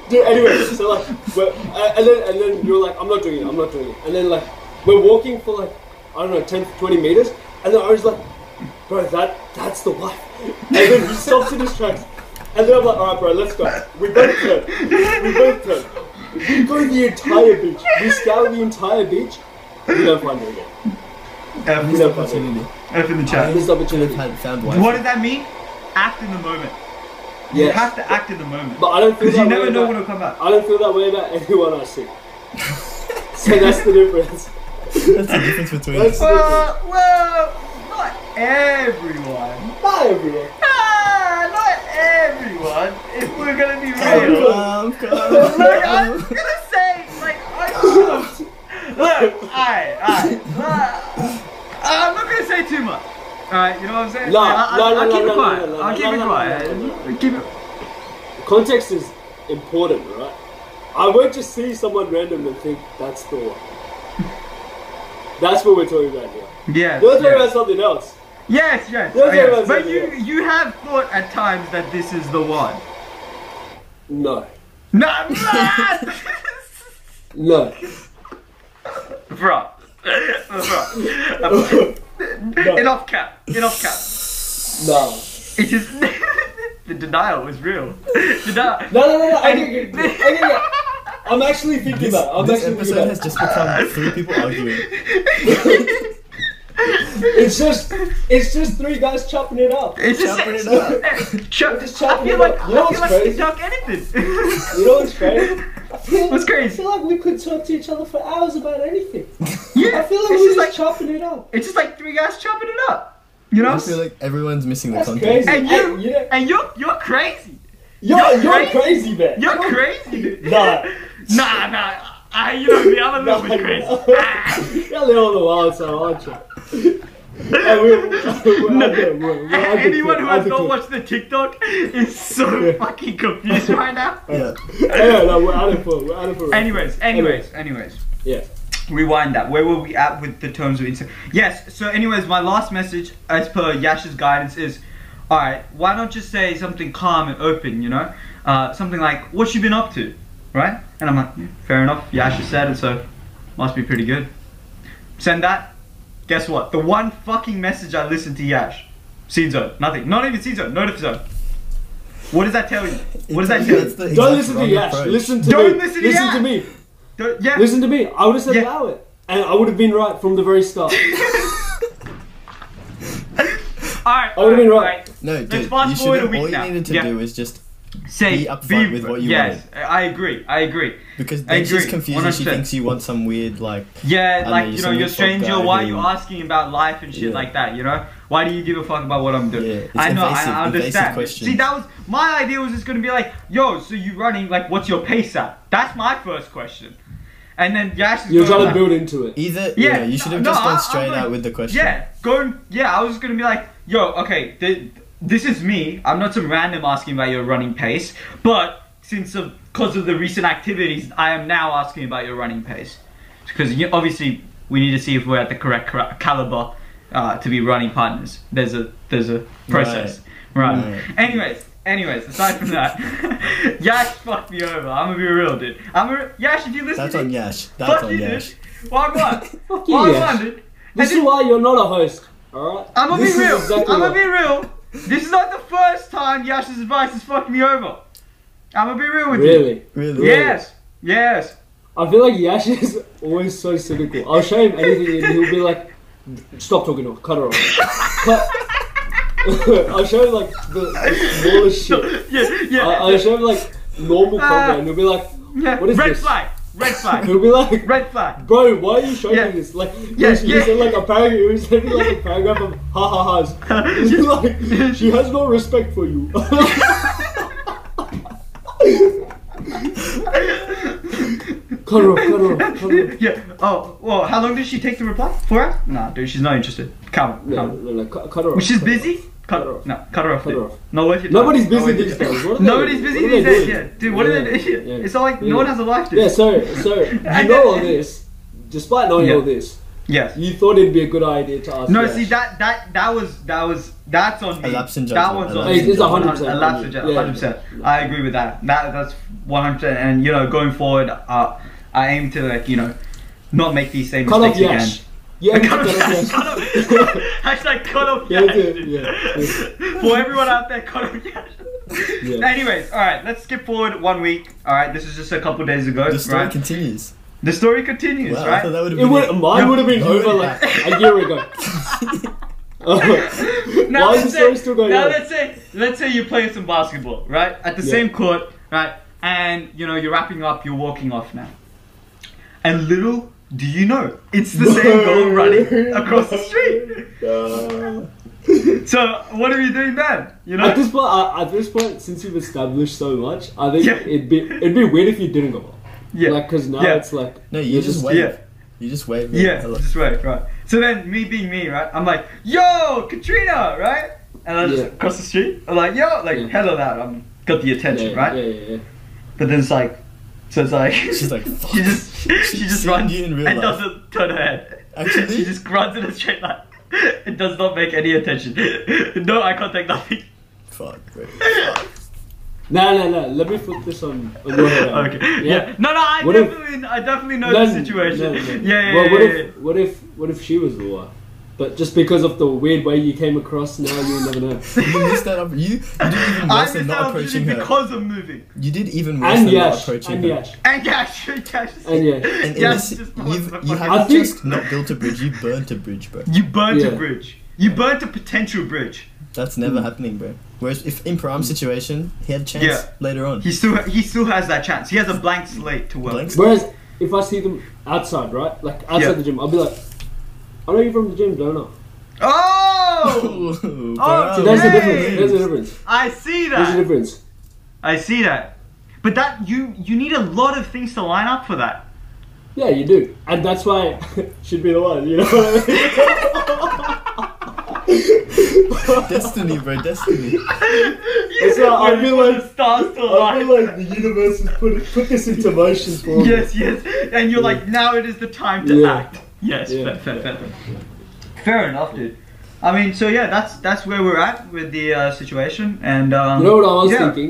[SPEAKER 2] Dude, anyway, so like, we're, uh, and then and then you're like, I'm not doing it, I'm not doing it. And then like, we're walking for like, I don't know, 10, 20 meters, and then I was like, bro, that that's the wife. And then he stops in his tracks, and then I'm like, alright, bro, let's go. We both turn, we both turn, we go the entire beach, we scour the entire beach, we don't find her again.
[SPEAKER 3] F,
[SPEAKER 2] We don't find her.
[SPEAKER 4] Opportunity.
[SPEAKER 3] F in the
[SPEAKER 2] I
[SPEAKER 3] chat.
[SPEAKER 2] missed opportunity.
[SPEAKER 4] Had found one.
[SPEAKER 3] What does that mean? Act in the moment. You
[SPEAKER 2] Yeah,
[SPEAKER 3] have to act in the moment.
[SPEAKER 2] but I don't feel
[SPEAKER 3] Because
[SPEAKER 2] that
[SPEAKER 3] you
[SPEAKER 2] way
[SPEAKER 3] never know what'll
[SPEAKER 2] about-
[SPEAKER 3] come out.
[SPEAKER 2] I don't feel that way about anyone I see. so that's the difference.
[SPEAKER 4] That's the difference between
[SPEAKER 2] That's
[SPEAKER 4] us.
[SPEAKER 2] the difference.
[SPEAKER 3] Well, well, not everyone.
[SPEAKER 2] Bye, everyone.
[SPEAKER 3] Ah, not everyone. If we're gonna be real.
[SPEAKER 4] Um,
[SPEAKER 3] Like I was gonna say, like I look, alright, alright. Uh, I'm not gonna say too much. Alright, you know what I'm saying?
[SPEAKER 2] No,
[SPEAKER 3] Like, I,
[SPEAKER 2] no, no,
[SPEAKER 3] will
[SPEAKER 2] no,
[SPEAKER 3] keep
[SPEAKER 2] no,
[SPEAKER 3] it quiet.
[SPEAKER 2] no, no,
[SPEAKER 3] I'll
[SPEAKER 2] no,
[SPEAKER 3] keep it
[SPEAKER 2] no, no,
[SPEAKER 3] quiet.
[SPEAKER 2] no, no,
[SPEAKER 3] Keep it.
[SPEAKER 2] Context is important, right? I won't just see someone random and think that's the one. That's what we're talking about here.
[SPEAKER 3] Yes.
[SPEAKER 2] We're talking
[SPEAKER 3] Yes.
[SPEAKER 2] about something else.
[SPEAKER 3] Yes. yes,
[SPEAKER 2] Those are
[SPEAKER 3] yes.
[SPEAKER 2] about
[SPEAKER 3] But
[SPEAKER 2] something
[SPEAKER 3] you,
[SPEAKER 2] else.
[SPEAKER 3] you have thought at times that this is the one.
[SPEAKER 2] No,
[SPEAKER 3] No, I'm not.
[SPEAKER 2] no,
[SPEAKER 3] Bruh. Bruh. Enough cap. Enough cap.
[SPEAKER 2] no,
[SPEAKER 3] It is. the denial was real. Denial.
[SPEAKER 2] no, no, no. no. I get it. I get it. I'm actually thinking
[SPEAKER 4] This,
[SPEAKER 2] about. it. I'm
[SPEAKER 4] this
[SPEAKER 2] actually thinking
[SPEAKER 4] episode
[SPEAKER 2] about.
[SPEAKER 4] has
[SPEAKER 2] it.
[SPEAKER 4] just become three people arguing.
[SPEAKER 2] It's just, it's just three guys chopping it up.
[SPEAKER 3] It's just
[SPEAKER 4] Chopping it up.
[SPEAKER 3] Chuck,
[SPEAKER 2] Just
[SPEAKER 3] I
[SPEAKER 2] chopping
[SPEAKER 3] feel
[SPEAKER 2] it
[SPEAKER 3] like
[SPEAKER 2] up. You know
[SPEAKER 3] I feel
[SPEAKER 2] what's
[SPEAKER 3] like we can
[SPEAKER 2] crazy?
[SPEAKER 3] talk anything.
[SPEAKER 2] You know what's crazy?
[SPEAKER 3] What's crazy?
[SPEAKER 2] I feel like we could talk to each other for hours about anything.
[SPEAKER 3] yeah,
[SPEAKER 2] I feel
[SPEAKER 3] it's
[SPEAKER 2] like we're
[SPEAKER 3] just
[SPEAKER 2] just
[SPEAKER 3] like
[SPEAKER 2] chopping it up.
[SPEAKER 3] it's just like three guys chopping it up. You know?
[SPEAKER 4] I feel like everyone's missing the
[SPEAKER 2] That's
[SPEAKER 4] context.
[SPEAKER 2] crazy.
[SPEAKER 3] and you
[SPEAKER 2] Hey, you know-
[SPEAKER 3] and you're you're crazy.
[SPEAKER 2] You're,
[SPEAKER 3] You're
[SPEAKER 2] you're
[SPEAKER 3] crazy.
[SPEAKER 2] crazy, man.
[SPEAKER 3] You're crazy. dude.
[SPEAKER 2] Nah.
[SPEAKER 3] nah, nah. I, you know me. I'm a little bit crazy. Ah.
[SPEAKER 2] You're a little on the wild side, aren't you? Hey, we're- we're under- we're- we're under
[SPEAKER 3] Anyone
[SPEAKER 2] kick,
[SPEAKER 3] who has
[SPEAKER 2] under
[SPEAKER 3] not
[SPEAKER 2] kick.
[SPEAKER 3] watched the TikTok is so fucking confused right now.
[SPEAKER 4] Yeah.
[SPEAKER 2] Yeah, E, no, we're out of for We're out of for
[SPEAKER 3] Anyways, anyways, anyways.
[SPEAKER 2] Yeah.
[SPEAKER 3] rewind that. Where were we at with the terms of inter- Yes. So, anyways, my last message, as per Yash's guidance, is, all right. Why not just say something calm and open? You know, uh, something like, "What you been up to?" Right? And I'm like, "Yeah, fair enough. Yash has said it, so must be pretty good. Send that. Guess what? The one fucking message I listened to Yash, seed zone, nothing. Not even seed zone. Notif zone. What does that tell you? What does that tell
[SPEAKER 4] That's
[SPEAKER 3] you?
[SPEAKER 4] the exact
[SPEAKER 2] Don't listen to
[SPEAKER 4] wrong
[SPEAKER 2] Yash.
[SPEAKER 4] approach.
[SPEAKER 2] Listen to
[SPEAKER 3] Don't
[SPEAKER 2] me.
[SPEAKER 3] listen to Yash.
[SPEAKER 2] me.
[SPEAKER 3] Don't- Yeah.
[SPEAKER 2] Listen to me. I would have said
[SPEAKER 3] Yeah.
[SPEAKER 2] allow it. And I would have been right from the very start.
[SPEAKER 3] All right.
[SPEAKER 2] I would've been
[SPEAKER 3] all
[SPEAKER 2] right.
[SPEAKER 3] all
[SPEAKER 4] No,
[SPEAKER 3] Let's
[SPEAKER 4] dude.
[SPEAKER 3] fast forward a
[SPEAKER 4] You should have,
[SPEAKER 3] week
[SPEAKER 4] all you
[SPEAKER 3] now.
[SPEAKER 4] needed to
[SPEAKER 3] Yeah.
[SPEAKER 4] do is just
[SPEAKER 3] Say
[SPEAKER 4] Be upfront with what you
[SPEAKER 3] yes, I agree. I agree.
[SPEAKER 4] because
[SPEAKER 3] I
[SPEAKER 4] then she's
[SPEAKER 3] agree,
[SPEAKER 4] confused. She
[SPEAKER 3] 100%.
[SPEAKER 4] thinks you want some weird like.
[SPEAKER 3] Yeah,
[SPEAKER 4] I
[SPEAKER 3] like
[SPEAKER 4] mean,
[SPEAKER 3] you
[SPEAKER 4] just
[SPEAKER 3] know,
[SPEAKER 4] a
[SPEAKER 3] you're
[SPEAKER 4] little fuck
[SPEAKER 3] stranger.
[SPEAKER 4] guy
[SPEAKER 3] Why are you
[SPEAKER 4] who-
[SPEAKER 3] asking about life and shit
[SPEAKER 4] Yeah.
[SPEAKER 3] like that? You know, why do you give a fuck about what I'm doing?
[SPEAKER 4] Yeah, it's
[SPEAKER 3] I know,
[SPEAKER 4] invasive-
[SPEAKER 3] I, I
[SPEAKER 4] invasive
[SPEAKER 3] understand.
[SPEAKER 4] questions.
[SPEAKER 3] See, that was my idea was just gonna be like, yo, so you running? Like, what's your pace at? That's my first question. And then Yash is
[SPEAKER 2] You're
[SPEAKER 3] going
[SPEAKER 2] trying
[SPEAKER 3] like,
[SPEAKER 2] to build into it.
[SPEAKER 4] Either
[SPEAKER 3] Yeah,
[SPEAKER 4] yeah, you should have
[SPEAKER 3] no,
[SPEAKER 4] just
[SPEAKER 3] I-
[SPEAKER 4] gone
[SPEAKER 3] I'm
[SPEAKER 4] straight
[SPEAKER 3] like-
[SPEAKER 4] out with the question.
[SPEAKER 3] Yeah, going. Yeah, I was just gonna be like, yo, okay, th- this is me. I'm not some random asking about your running pace, but since of because of the recent activities, I am now asking about your running pace because you, obviously we need to see if we're at the correct cra- caliber uh, to be running partners. There's a there's a process, right?
[SPEAKER 4] Right.
[SPEAKER 3] Anyways. Anyways, aside from that, Yash fucked me over. I'm gonna be real, dude. I'm a, Yash, if you listen
[SPEAKER 4] That's
[SPEAKER 3] to
[SPEAKER 4] on
[SPEAKER 3] me,
[SPEAKER 4] Yash. That's
[SPEAKER 3] Fuck
[SPEAKER 4] on
[SPEAKER 3] you,
[SPEAKER 4] Yash.
[SPEAKER 3] dude. Why what?
[SPEAKER 2] you,
[SPEAKER 3] Why
[SPEAKER 2] Yash.
[SPEAKER 3] what, dude?
[SPEAKER 2] This is why you're not a host, alright?
[SPEAKER 3] I'm gonna be
[SPEAKER 2] This is
[SPEAKER 3] real.
[SPEAKER 2] exactly
[SPEAKER 3] I'm gonna
[SPEAKER 2] what-
[SPEAKER 3] be real. This is not the first time Yash's advice has fucked me over. I'm gonna be real with
[SPEAKER 2] Really?
[SPEAKER 3] you.
[SPEAKER 4] Really?
[SPEAKER 3] Yes. Yes.
[SPEAKER 2] I feel like Yash is always so cynical. I'll show him anything and he'll be like, stop talking to her, cut her off. Cut. I'll show him like the, the smallest shit.
[SPEAKER 3] Yeah. Yeah.
[SPEAKER 2] I, I'll show him like normal
[SPEAKER 3] Uh,
[SPEAKER 2] content and he'll be like,
[SPEAKER 3] yeah.
[SPEAKER 2] Uh, what is
[SPEAKER 3] Red
[SPEAKER 2] this?
[SPEAKER 3] flag. Red flag.
[SPEAKER 2] he'll be like,
[SPEAKER 3] Red flag.
[SPEAKER 2] bro, why are you showing
[SPEAKER 3] Yeah.
[SPEAKER 2] me this? Like,
[SPEAKER 3] Yeah,
[SPEAKER 2] yeah, she
[SPEAKER 3] yeah.
[SPEAKER 2] yeah. said like a paragraph, he was sending like a paragraph of ha ha ha's. It's like, she has no respect for you. cut her off, cut her off, cut her off.
[SPEAKER 3] Yeah. Oh. Well, how long did she take to reply? Four hours? Nah, dude. She's not interested. Come.
[SPEAKER 2] No,
[SPEAKER 3] Come.
[SPEAKER 2] no, no, cut, cut her off.
[SPEAKER 3] Well, she's
[SPEAKER 2] cut her off.
[SPEAKER 3] busy. Cut her off. No, cut her off.
[SPEAKER 2] Cut her
[SPEAKER 3] dude.
[SPEAKER 2] off.
[SPEAKER 3] No, worth your time. No
[SPEAKER 2] Nobody's busy
[SPEAKER 3] worth your
[SPEAKER 2] these
[SPEAKER 3] time.
[SPEAKER 2] days. What are they-
[SPEAKER 3] Nobody's busy
[SPEAKER 2] what are
[SPEAKER 3] these
[SPEAKER 2] they
[SPEAKER 3] days.
[SPEAKER 2] doing?
[SPEAKER 3] Yeah, dude. What are they?
[SPEAKER 2] Yeah,
[SPEAKER 3] It's not like no one has a life, dude.
[SPEAKER 2] Yeah, so so you know all this, despite knowing
[SPEAKER 3] Yeah.
[SPEAKER 2] all this,
[SPEAKER 3] Yes.
[SPEAKER 2] You thought it'd be a good idea to ask.
[SPEAKER 3] No,
[SPEAKER 2] Yash.
[SPEAKER 3] see that that that was that was that's on me.
[SPEAKER 4] A lapse in
[SPEAKER 3] That
[SPEAKER 4] judgment,
[SPEAKER 3] one's
[SPEAKER 4] a
[SPEAKER 3] on
[SPEAKER 4] lapse
[SPEAKER 3] me.
[SPEAKER 4] in It's a
[SPEAKER 2] hundred judgment. percent
[SPEAKER 3] A lapse in
[SPEAKER 2] on
[SPEAKER 3] ju-
[SPEAKER 2] you. Yeah.
[SPEAKER 3] 100%. I agree with that. That that's 100%. And you know, going forward, uh, I aim to like you know, not make these same
[SPEAKER 2] Cut off
[SPEAKER 3] mistakes again.
[SPEAKER 2] Yash. Yeah,
[SPEAKER 3] Cut off Yash.
[SPEAKER 2] Yash.
[SPEAKER 3] Cut off. Hashtag cut off
[SPEAKER 2] Yeah,
[SPEAKER 3] Yash.
[SPEAKER 2] yeah, yeah,
[SPEAKER 3] For everyone out there, cut off Yash.
[SPEAKER 2] Yeah.
[SPEAKER 3] Anyways, all right. Let's skip forward one week. All right, this is just a couple days ago,
[SPEAKER 4] The story
[SPEAKER 3] right?
[SPEAKER 4] continues.
[SPEAKER 3] the story continues,
[SPEAKER 4] Wow, I
[SPEAKER 3] right?
[SPEAKER 4] thought that would have
[SPEAKER 2] It
[SPEAKER 4] been
[SPEAKER 2] would, mine
[SPEAKER 3] No,
[SPEAKER 2] would have been
[SPEAKER 4] no,
[SPEAKER 2] over
[SPEAKER 4] yeah.
[SPEAKER 2] like a year ago.
[SPEAKER 3] now
[SPEAKER 2] Why
[SPEAKER 3] let's
[SPEAKER 2] is the
[SPEAKER 3] say,
[SPEAKER 2] story still going
[SPEAKER 3] now
[SPEAKER 2] on?
[SPEAKER 3] let's say let's say you're playing some basketball, right? At the
[SPEAKER 2] Yeah.
[SPEAKER 3] same court, right? And you know you're wrapping up, you're walking off now. And little do you know, it's the same goal running across the street.
[SPEAKER 2] Uh,
[SPEAKER 3] So what are you doing then? You
[SPEAKER 2] at
[SPEAKER 3] know?
[SPEAKER 2] this point, uh, at this point, since you've established so much, I think
[SPEAKER 3] Yeah.
[SPEAKER 2] it'd be it'd be weird if you didn't go. up.
[SPEAKER 3] Yeah.
[SPEAKER 2] Like, cause now
[SPEAKER 3] Yeah.
[SPEAKER 2] it's like
[SPEAKER 4] No, you
[SPEAKER 2] you're
[SPEAKER 4] just wave.
[SPEAKER 3] Yeah.
[SPEAKER 4] You just wave.
[SPEAKER 3] Yeah,
[SPEAKER 4] Hello.
[SPEAKER 3] just right, right. So then me being me, right? I'm like, yo, Katrina, right? And I just
[SPEAKER 2] Yeah.
[SPEAKER 3] across the street, I'm like, yo, like
[SPEAKER 2] Yeah.
[SPEAKER 3] hello that I'm got the attention,
[SPEAKER 2] yeah,
[SPEAKER 3] right?
[SPEAKER 2] Yeah, yeah, yeah.
[SPEAKER 3] But then it's like, so it's like
[SPEAKER 4] She's like, fuck.
[SPEAKER 3] she just she just
[SPEAKER 4] seen
[SPEAKER 3] runs
[SPEAKER 4] you in real
[SPEAKER 3] and
[SPEAKER 4] life.
[SPEAKER 3] doesn't turn her head.
[SPEAKER 4] Actually?
[SPEAKER 3] she just runs in a straight line. It does not make any attention. No eye contact, nothing.
[SPEAKER 4] Fuck. Wait.
[SPEAKER 2] No, no, no. Let me put this on. on your head.
[SPEAKER 3] Okay. Yeah. No, no. I
[SPEAKER 2] What if-
[SPEAKER 3] definitely, I definitely know
[SPEAKER 2] No,
[SPEAKER 3] the situation.
[SPEAKER 2] no, no.
[SPEAKER 3] Yeah, yeah,
[SPEAKER 2] well,
[SPEAKER 3] yeah,
[SPEAKER 2] what
[SPEAKER 3] yeah,
[SPEAKER 2] if what if what if she was the one? But just because of the weird way you came across, now you'll never know.
[SPEAKER 4] You missed that up. You, you did even
[SPEAKER 3] yeah. I
[SPEAKER 4] worse
[SPEAKER 3] missed that
[SPEAKER 4] than not approaching
[SPEAKER 3] opportunity
[SPEAKER 4] her.
[SPEAKER 3] because of moving.
[SPEAKER 4] You did even worse
[SPEAKER 2] and
[SPEAKER 4] than not
[SPEAKER 2] Yash,
[SPEAKER 4] approaching
[SPEAKER 2] and
[SPEAKER 4] her.
[SPEAKER 2] Yash.
[SPEAKER 3] And yeah, sure, yeah, sure.
[SPEAKER 2] And yeah.
[SPEAKER 4] And
[SPEAKER 3] Yeah,
[SPEAKER 4] yes,
[SPEAKER 3] just
[SPEAKER 4] you've,
[SPEAKER 3] not the
[SPEAKER 4] you
[SPEAKER 3] fucking-
[SPEAKER 2] I
[SPEAKER 4] have
[SPEAKER 2] think-
[SPEAKER 4] just not built a bridge. You burnt a bridge, bro.
[SPEAKER 3] You burnt a
[SPEAKER 2] Yeah.
[SPEAKER 3] bridge. You burnt a potential bridge.
[SPEAKER 4] That's never
[SPEAKER 3] Hmm.
[SPEAKER 4] happening, bro. Whereas if in Param's situation, he had a chance
[SPEAKER 3] Yeah.
[SPEAKER 4] later on.
[SPEAKER 3] He still, he still has that chance. He has a blank slate to work.
[SPEAKER 4] Blank
[SPEAKER 3] with.
[SPEAKER 2] Whereas if I see them outside, right, like outside
[SPEAKER 3] Yeah.
[SPEAKER 2] the gym, I'll be like, "I know you're from the gym, don't I?"
[SPEAKER 3] Oh,
[SPEAKER 4] Ooh,
[SPEAKER 3] Oh,
[SPEAKER 4] Param.
[SPEAKER 2] There's a
[SPEAKER 3] Hey!
[SPEAKER 2] difference. There's a difference.
[SPEAKER 3] I see that.
[SPEAKER 2] There's a difference.
[SPEAKER 3] I see that. But that you you need a lot of things to line up for that.
[SPEAKER 2] Yeah, you do, and that's why should be the one. You know what I mean?
[SPEAKER 4] Destiny, bro. Destiny.
[SPEAKER 3] Yes,
[SPEAKER 2] what I feel like-
[SPEAKER 3] the stars to
[SPEAKER 2] I
[SPEAKER 3] align.
[SPEAKER 2] feel like the universe has put put this into motion for me.
[SPEAKER 3] yes, yes. And you're like, now it is the time to
[SPEAKER 2] Yeah.
[SPEAKER 3] act. Yes,
[SPEAKER 2] Yeah.
[SPEAKER 3] fair, fair, fair, fair enough, dude. I mean, so yeah, that's that's where we're at with the uh, situation, and um,
[SPEAKER 2] You know what I was
[SPEAKER 3] yeah.
[SPEAKER 2] thinking?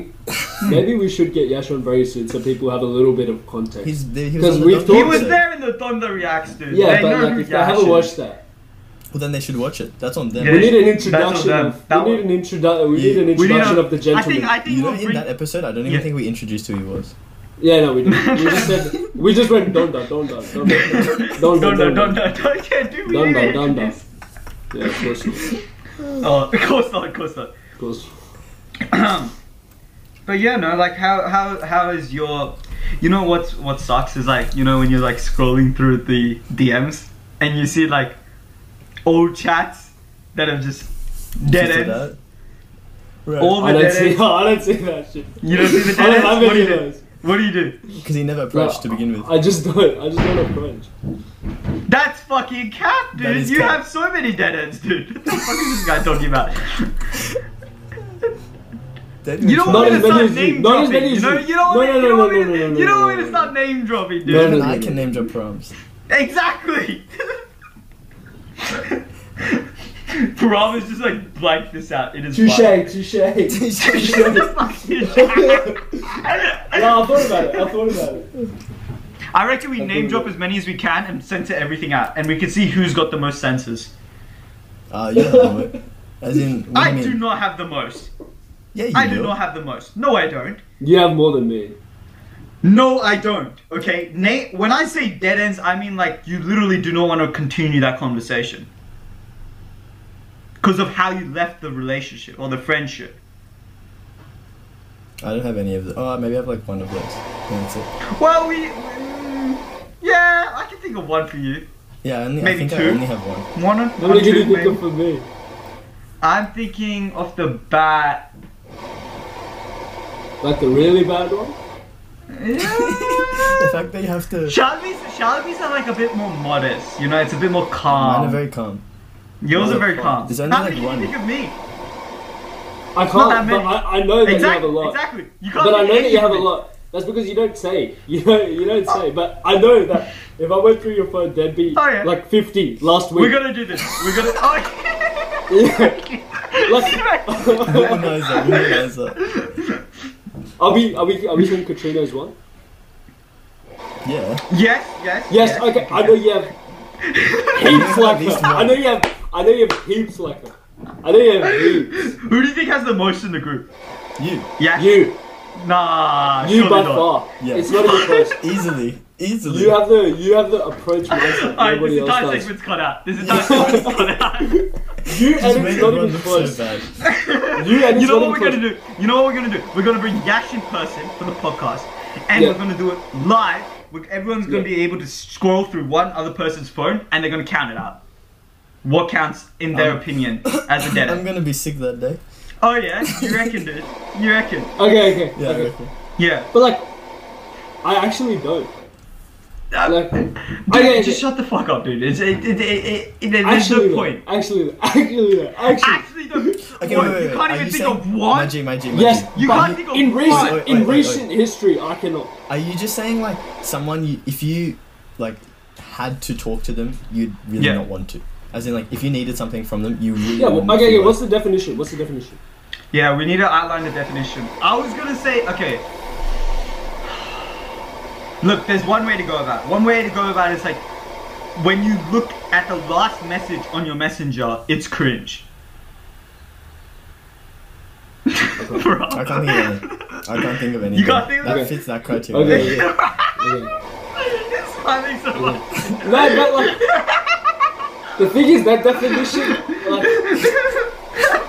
[SPEAKER 2] Maybe we should get Yash on very soon so people have a little bit of context.
[SPEAKER 4] He's there. He was
[SPEAKER 2] 'Cause
[SPEAKER 4] on the
[SPEAKER 2] we've
[SPEAKER 4] Doctor
[SPEAKER 3] He
[SPEAKER 2] talked-
[SPEAKER 3] was
[SPEAKER 4] episode.
[SPEAKER 3] there in the Thunder Reacts, dude.
[SPEAKER 2] yeah,
[SPEAKER 3] They know
[SPEAKER 2] but
[SPEAKER 3] who
[SPEAKER 2] like if they haven't
[SPEAKER 3] Yash
[SPEAKER 2] watched
[SPEAKER 3] is.
[SPEAKER 2] that,
[SPEAKER 4] Well, then they should watch it. That's on them.
[SPEAKER 3] Yeah.
[SPEAKER 2] we need an
[SPEAKER 3] That's on
[SPEAKER 2] introduction.
[SPEAKER 3] them.
[SPEAKER 2] Of,
[SPEAKER 3] That
[SPEAKER 2] we need
[SPEAKER 3] one-
[SPEAKER 2] an introduction. We
[SPEAKER 4] Yeah.
[SPEAKER 2] need an
[SPEAKER 3] We need
[SPEAKER 2] introduction
[SPEAKER 3] a-
[SPEAKER 2] of the
[SPEAKER 3] I think
[SPEAKER 2] gentleman.
[SPEAKER 3] I think
[SPEAKER 4] You know,
[SPEAKER 3] we'll
[SPEAKER 4] in
[SPEAKER 3] bring
[SPEAKER 4] that episode, I don't even
[SPEAKER 3] Yeah.
[SPEAKER 4] think we introduced who he was.
[SPEAKER 2] yeah, no, we didn't. We just said we just went don don don don don don
[SPEAKER 3] Don't know,
[SPEAKER 2] don
[SPEAKER 3] don't
[SPEAKER 2] don.
[SPEAKER 3] know, don't yeah, do we
[SPEAKER 2] Dun,
[SPEAKER 3] even
[SPEAKER 2] dun, dun, dun.
[SPEAKER 3] introduce-
[SPEAKER 2] Yeah, of course, of
[SPEAKER 3] Oh, of course not, of course not.
[SPEAKER 2] course.
[SPEAKER 3] But yeah, no, like how how how is your you know what's what sucks is like, you know, when you're like scrolling through the DMs and you see like old chats that have just dead
[SPEAKER 4] Just
[SPEAKER 3] ends.
[SPEAKER 4] like that. Right.
[SPEAKER 3] All
[SPEAKER 2] I
[SPEAKER 3] the
[SPEAKER 2] don't
[SPEAKER 3] dead
[SPEAKER 2] see.
[SPEAKER 3] ends.
[SPEAKER 2] I don't see that shit.
[SPEAKER 3] Oh You don't see the
[SPEAKER 2] I
[SPEAKER 3] dead ends?
[SPEAKER 2] don't have
[SPEAKER 3] What do
[SPEAKER 2] any
[SPEAKER 3] you
[SPEAKER 2] of
[SPEAKER 3] do?
[SPEAKER 2] those.
[SPEAKER 3] What do you do?
[SPEAKER 4] Because he never approached to begin with.
[SPEAKER 2] I just don't. I just don't approach.
[SPEAKER 3] That's fucking cap,
[SPEAKER 4] That
[SPEAKER 3] dude.
[SPEAKER 4] is
[SPEAKER 3] You
[SPEAKER 4] cap.
[SPEAKER 3] have so many dead ends, dude. What the fuck is this guy talking about?
[SPEAKER 4] Then
[SPEAKER 3] You don't
[SPEAKER 4] we-
[SPEAKER 2] Not
[SPEAKER 3] want me
[SPEAKER 2] as
[SPEAKER 3] to
[SPEAKER 2] many
[SPEAKER 3] start
[SPEAKER 2] as you.
[SPEAKER 3] name
[SPEAKER 2] Not as
[SPEAKER 3] dropping.
[SPEAKER 2] many
[SPEAKER 3] You
[SPEAKER 2] as
[SPEAKER 3] know,
[SPEAKER 2] you.
[SPEAKER 3] you don't
[SPEAKER 2] No,
[SPEAKER 3] want me-
[SPEAKER 2] no,
[SPEAKER 3] you
[SPEAKER 2] no,
[SPEAKER 3] don't want
[SPEAKER 2] no,
[SPEAKER 3] me
[SPEAKER 2] no, no,
[SPEAKER 3] to- you don't
[SPEAKER 2] no,
[SPEAKER 3] want me
[SPEAKER 2] no,
[SPEAKER 3] to start name dropping,
[SPEAKER 2] No, no,
[SPEAKER 3] dude.
[SPEAKER 4] Even
[SPEAKER 2] no,
[SPEAKER 4] I
[SPEAKER 2] no.
[SPEAKER 4] can name drop proms.
[SPEAKER 3] Exactly. Rob is just like blank this out. It is fine.
[SPEAKER 2] Touche, touche. No, I thought about it. I thought about it.
[SPEAKER 3] I reckon we name
[SPEAKER 2] good
[SPEAKER 3] drop
[SPEAKER 2] with
[SPEAKER 3] as many as we can and censor everything out, and we can see who's got the most censors.
[SPEAKER 4] Ah, you don't know it. As in, what
[SPEAKER 3] I
[SPEAKER 4] do you
[SPEAKER 3] do
[SPEAKER 4] mean?
[SPEAKER 3] not have the most.
[SPEAKER 4] Yeah, you
[SPEAKER 3] I do
[SPEAKER 4] will.
[SPEAKER 3] not have the most. No, I don't.
[SPEAKER 2] You have more than me.
[SPEAKER 3] No, I don't. Okay, Nate. When I say dead ends, I mean like you literally do not want to continue that conversation because of how you left the relationship or the friendship.
[SPEAKER 4] I don't have any of those. Oh, maybe I have like one of those. And That's it.
[SPEAKER 3] Well, we. mm, Yeah, I can think of one for you.
[SPEAKER 4] Yeah, I, only, I
[SPEAKER 3] Maybe
[SPEAKER 4] think
[SPEAKER 3] two.
[SPEAKER 4] I only have one.
[SPEAKER 3] One, or-
[SPEAKER 2] How many
[SPEAKER 3] one
[SPEAKER 2] did
[SPEAKER 3] two,
[SPEAKER 2] you think
[SPEAKER 3] maybe.
[SPEAKER 2] of for me?
[SPEAKER 3] I'm thinking off the bat.
[SPEAKER 2] Like the really bad one?
[SPEAKER 4] the fact that you have to.
[SPEAKER 3] Shalby's, Shalby's are like a bit more modest. You know, it's a bit more calm.
[SPEAKER 4] Mine are very calm.
[SPEAKER 3] Yours are very calm.
[SPEAKER 4] There's only
[SPEAKER 3] How many
[SPEAKER 4] like
[SPEAKER 3] can you
[SPEAKER 4] one.
[SPEAKER 3] think of me?
[SPEAKER 2] I
[SPEAKER 3] Not that
[SPEAKER 2] can't.
[SPEAKER 3] many.
[SPEAKER 2] But I, I know that you have a
[SPEAKER 3] Exactly.
[SPEAKER 2] lot.
[SPEAKER 3] Exactly. You can't
[SPEAKER 2] But I
[SPEAKER 3] think
[SPEAKER 2] know that you
[SPEAKER 3] of
[SPEAKER 2] have a
[SPEAKER 3] me.
[SPEAKER 2] lot. That's because you don't say. You don't, you don't say. But I know that if I went through your phone, there'd be
[SPEAKER 3] Oh, yeah.
[SPEAKER 2] like 50 last week.
[SPEAKER 3] We're gonna do this. We're gonna. Oh,
[SPEAKER 2] like,
[SPEAKER 4] Womanizer, womanizer.
[SPEAKER 2] are we are we are we doing Katrina's one?
[SPEAKER 4] Yeah.
[SPEAKER 3] yes, yes.
[SPEAKER 2] Yes. Okay. I know you have heaps like
[SPEAKER 4] least
[SPEAKER 2] her. I
[SPEAKER 4] one.
[SPEAKER 2] know you have. I know you have heaps like her. I know you have heaps.
[SPEAKER 3] Who do you think has the most in the group?
[SPEAKER 4] You.
[SPEAKER 3] Yeah.
[SPEAKER 2] You.
[SPEAKER 3] Nah.
[SPEAKER 2] You
[SPEAKER 3] surely
[SPEAKER 2] by
[SPEAKER 3] not.
[SPEAKER 2] far.
[SPEAKER 4] Yeah.
[SPEAKER 2] It's not even close.
[SPEAKER 4] Easily. Easily.
[SPEAKER 2] You have the you have the approach with us that
[SPEAKER 3] Alright, this
[SPEAKER 2] nobody else
[SPEAKER 3] entire
[SPEAKER 2] does.
[SPEAKER 3] segment's cut out. This entire segment's cut out.
[SPEAKER 2] You and
[SPEAKER 4] Just make
[SPEAKER 2] it's not
[SPEAKER 4] everyone
[SPEAKER 2] even
[SPEAKER 4] look
[SPEAKER 2] close.
[SPEAKER 4] so bad.
[SPEAKER 2] You and it's
[SPEAKER 3] You know
[SPEAKER 2] not
[SPEAKER 3] what
[SPEAKER 2] even
[SPEAKER 3] we're
[SPEAKER 2] close.
[SPEAKER 3] gonna do? You know what we're gonna do? We're gonna bring Yash in person for the podcast, and
[SPEAKER 2] Yeah.
[SPEAKER 3] we're gonna do it live. We're, everyone's gonna
[SPEAKER 2] Yeah.
[SPEAKER 3] be able to scroll through one other person's phone, and they're gonna count it out. What counts in their opinion as a
[SPEAKER 4] Um, I'm
[SPEAKER 3] debit?
[SPEAKER 4] gonna be sick that day.
[SPEAKER 3] Oh yeah, you reckon, dude? You reckon?
[SPEAKER 2] Okay, okay,
[SPEAKER 4] Yeah, I
[SPEAKER 2] okay.
[SPEAKER 4] reckon.
[SPEAKER 3] Yeah.
[SPEAKER 2] But like, I actually don't. Like,
[SPEAKER 3] Uh, Dude,
[SPEAKER 2] okay,
[SPEAKER 3] just
[SPEAKER 2] okay.
[SPEAKER 3] shut the fuck up, dude. It's, it, it, it, it, it, there's no
[SPEAKER 2] actually, though,
[SPEAKER 3] point.
[SPEAKER 2] actually, though, actually, though, actually,
[SPEAKER 3] Actually, no.
[SPEAKER 4] Okay,
[SPEAKER 3] What?
[SPEAKER 4] wait, wait,
[SPEAKER 3] you
[SPEAKER 4] wait.
[SPEAKER 3] can't
[SPEAKER 4] Are
[SPEAKER 3] even
[SPEAKER 4] you
[SPEAKER 3] think
[SPEAKER 4] saying-
[SPEAKER 3] of one.
[SPEAKER 4] My G, my G, my
[SPEAKER 2] yes.
[SPEAKER 4] G.
[SPEAKER 3] You
[SPEAKER 2] but
[SPEAKER 3] can't think of
[SPEAKER 2] in
[SPEAKER 3] one.
[SPEAKER 2] recent
[SPEAKER 4] Wait,
[SPEAKER 2] in
[SPEAKER 4] wait, wait,
[SPEAKER 2] recent history, I cannot.
[SPEAKER 4] Are you just saying like someone you, if you like had to talk to them, you'd really
[SPEAKER 3] Yeah.
[SPEAKER 4] not want to? As in like if you needed something from them, you really
[SPEAKER 2] Yeah.
[SPEAKER 4] wouldn't
[SPEAKER 2] Well, okay.
[SPEAKER 4] feel
[SPEAKER 2] Okay. What's
[SPEAKER 4] like-
[SPEAKER 2] the definition? What's the definition?
[SPEAKER 3] Yeah, we need to outline the definition. I was gonna say, okay. Look, there's one way to go about. it. One way to go about it is like when you look at the last message on your messenger, it's cringe. Bro.
[SPEAKER 4] I can't think of any. I can't think of anything.
[SPEAKER 3] can't think of
[SPEAKER 4] that
[SPEAKER 2] it?
[SPEAKER 4] fits that criteria.
[SPEAKER 2] Okay. okay. okay.
[SPEAKER 3] It's funny so much.
[SPEAKER 2] No, but like, the thing is that definition, like,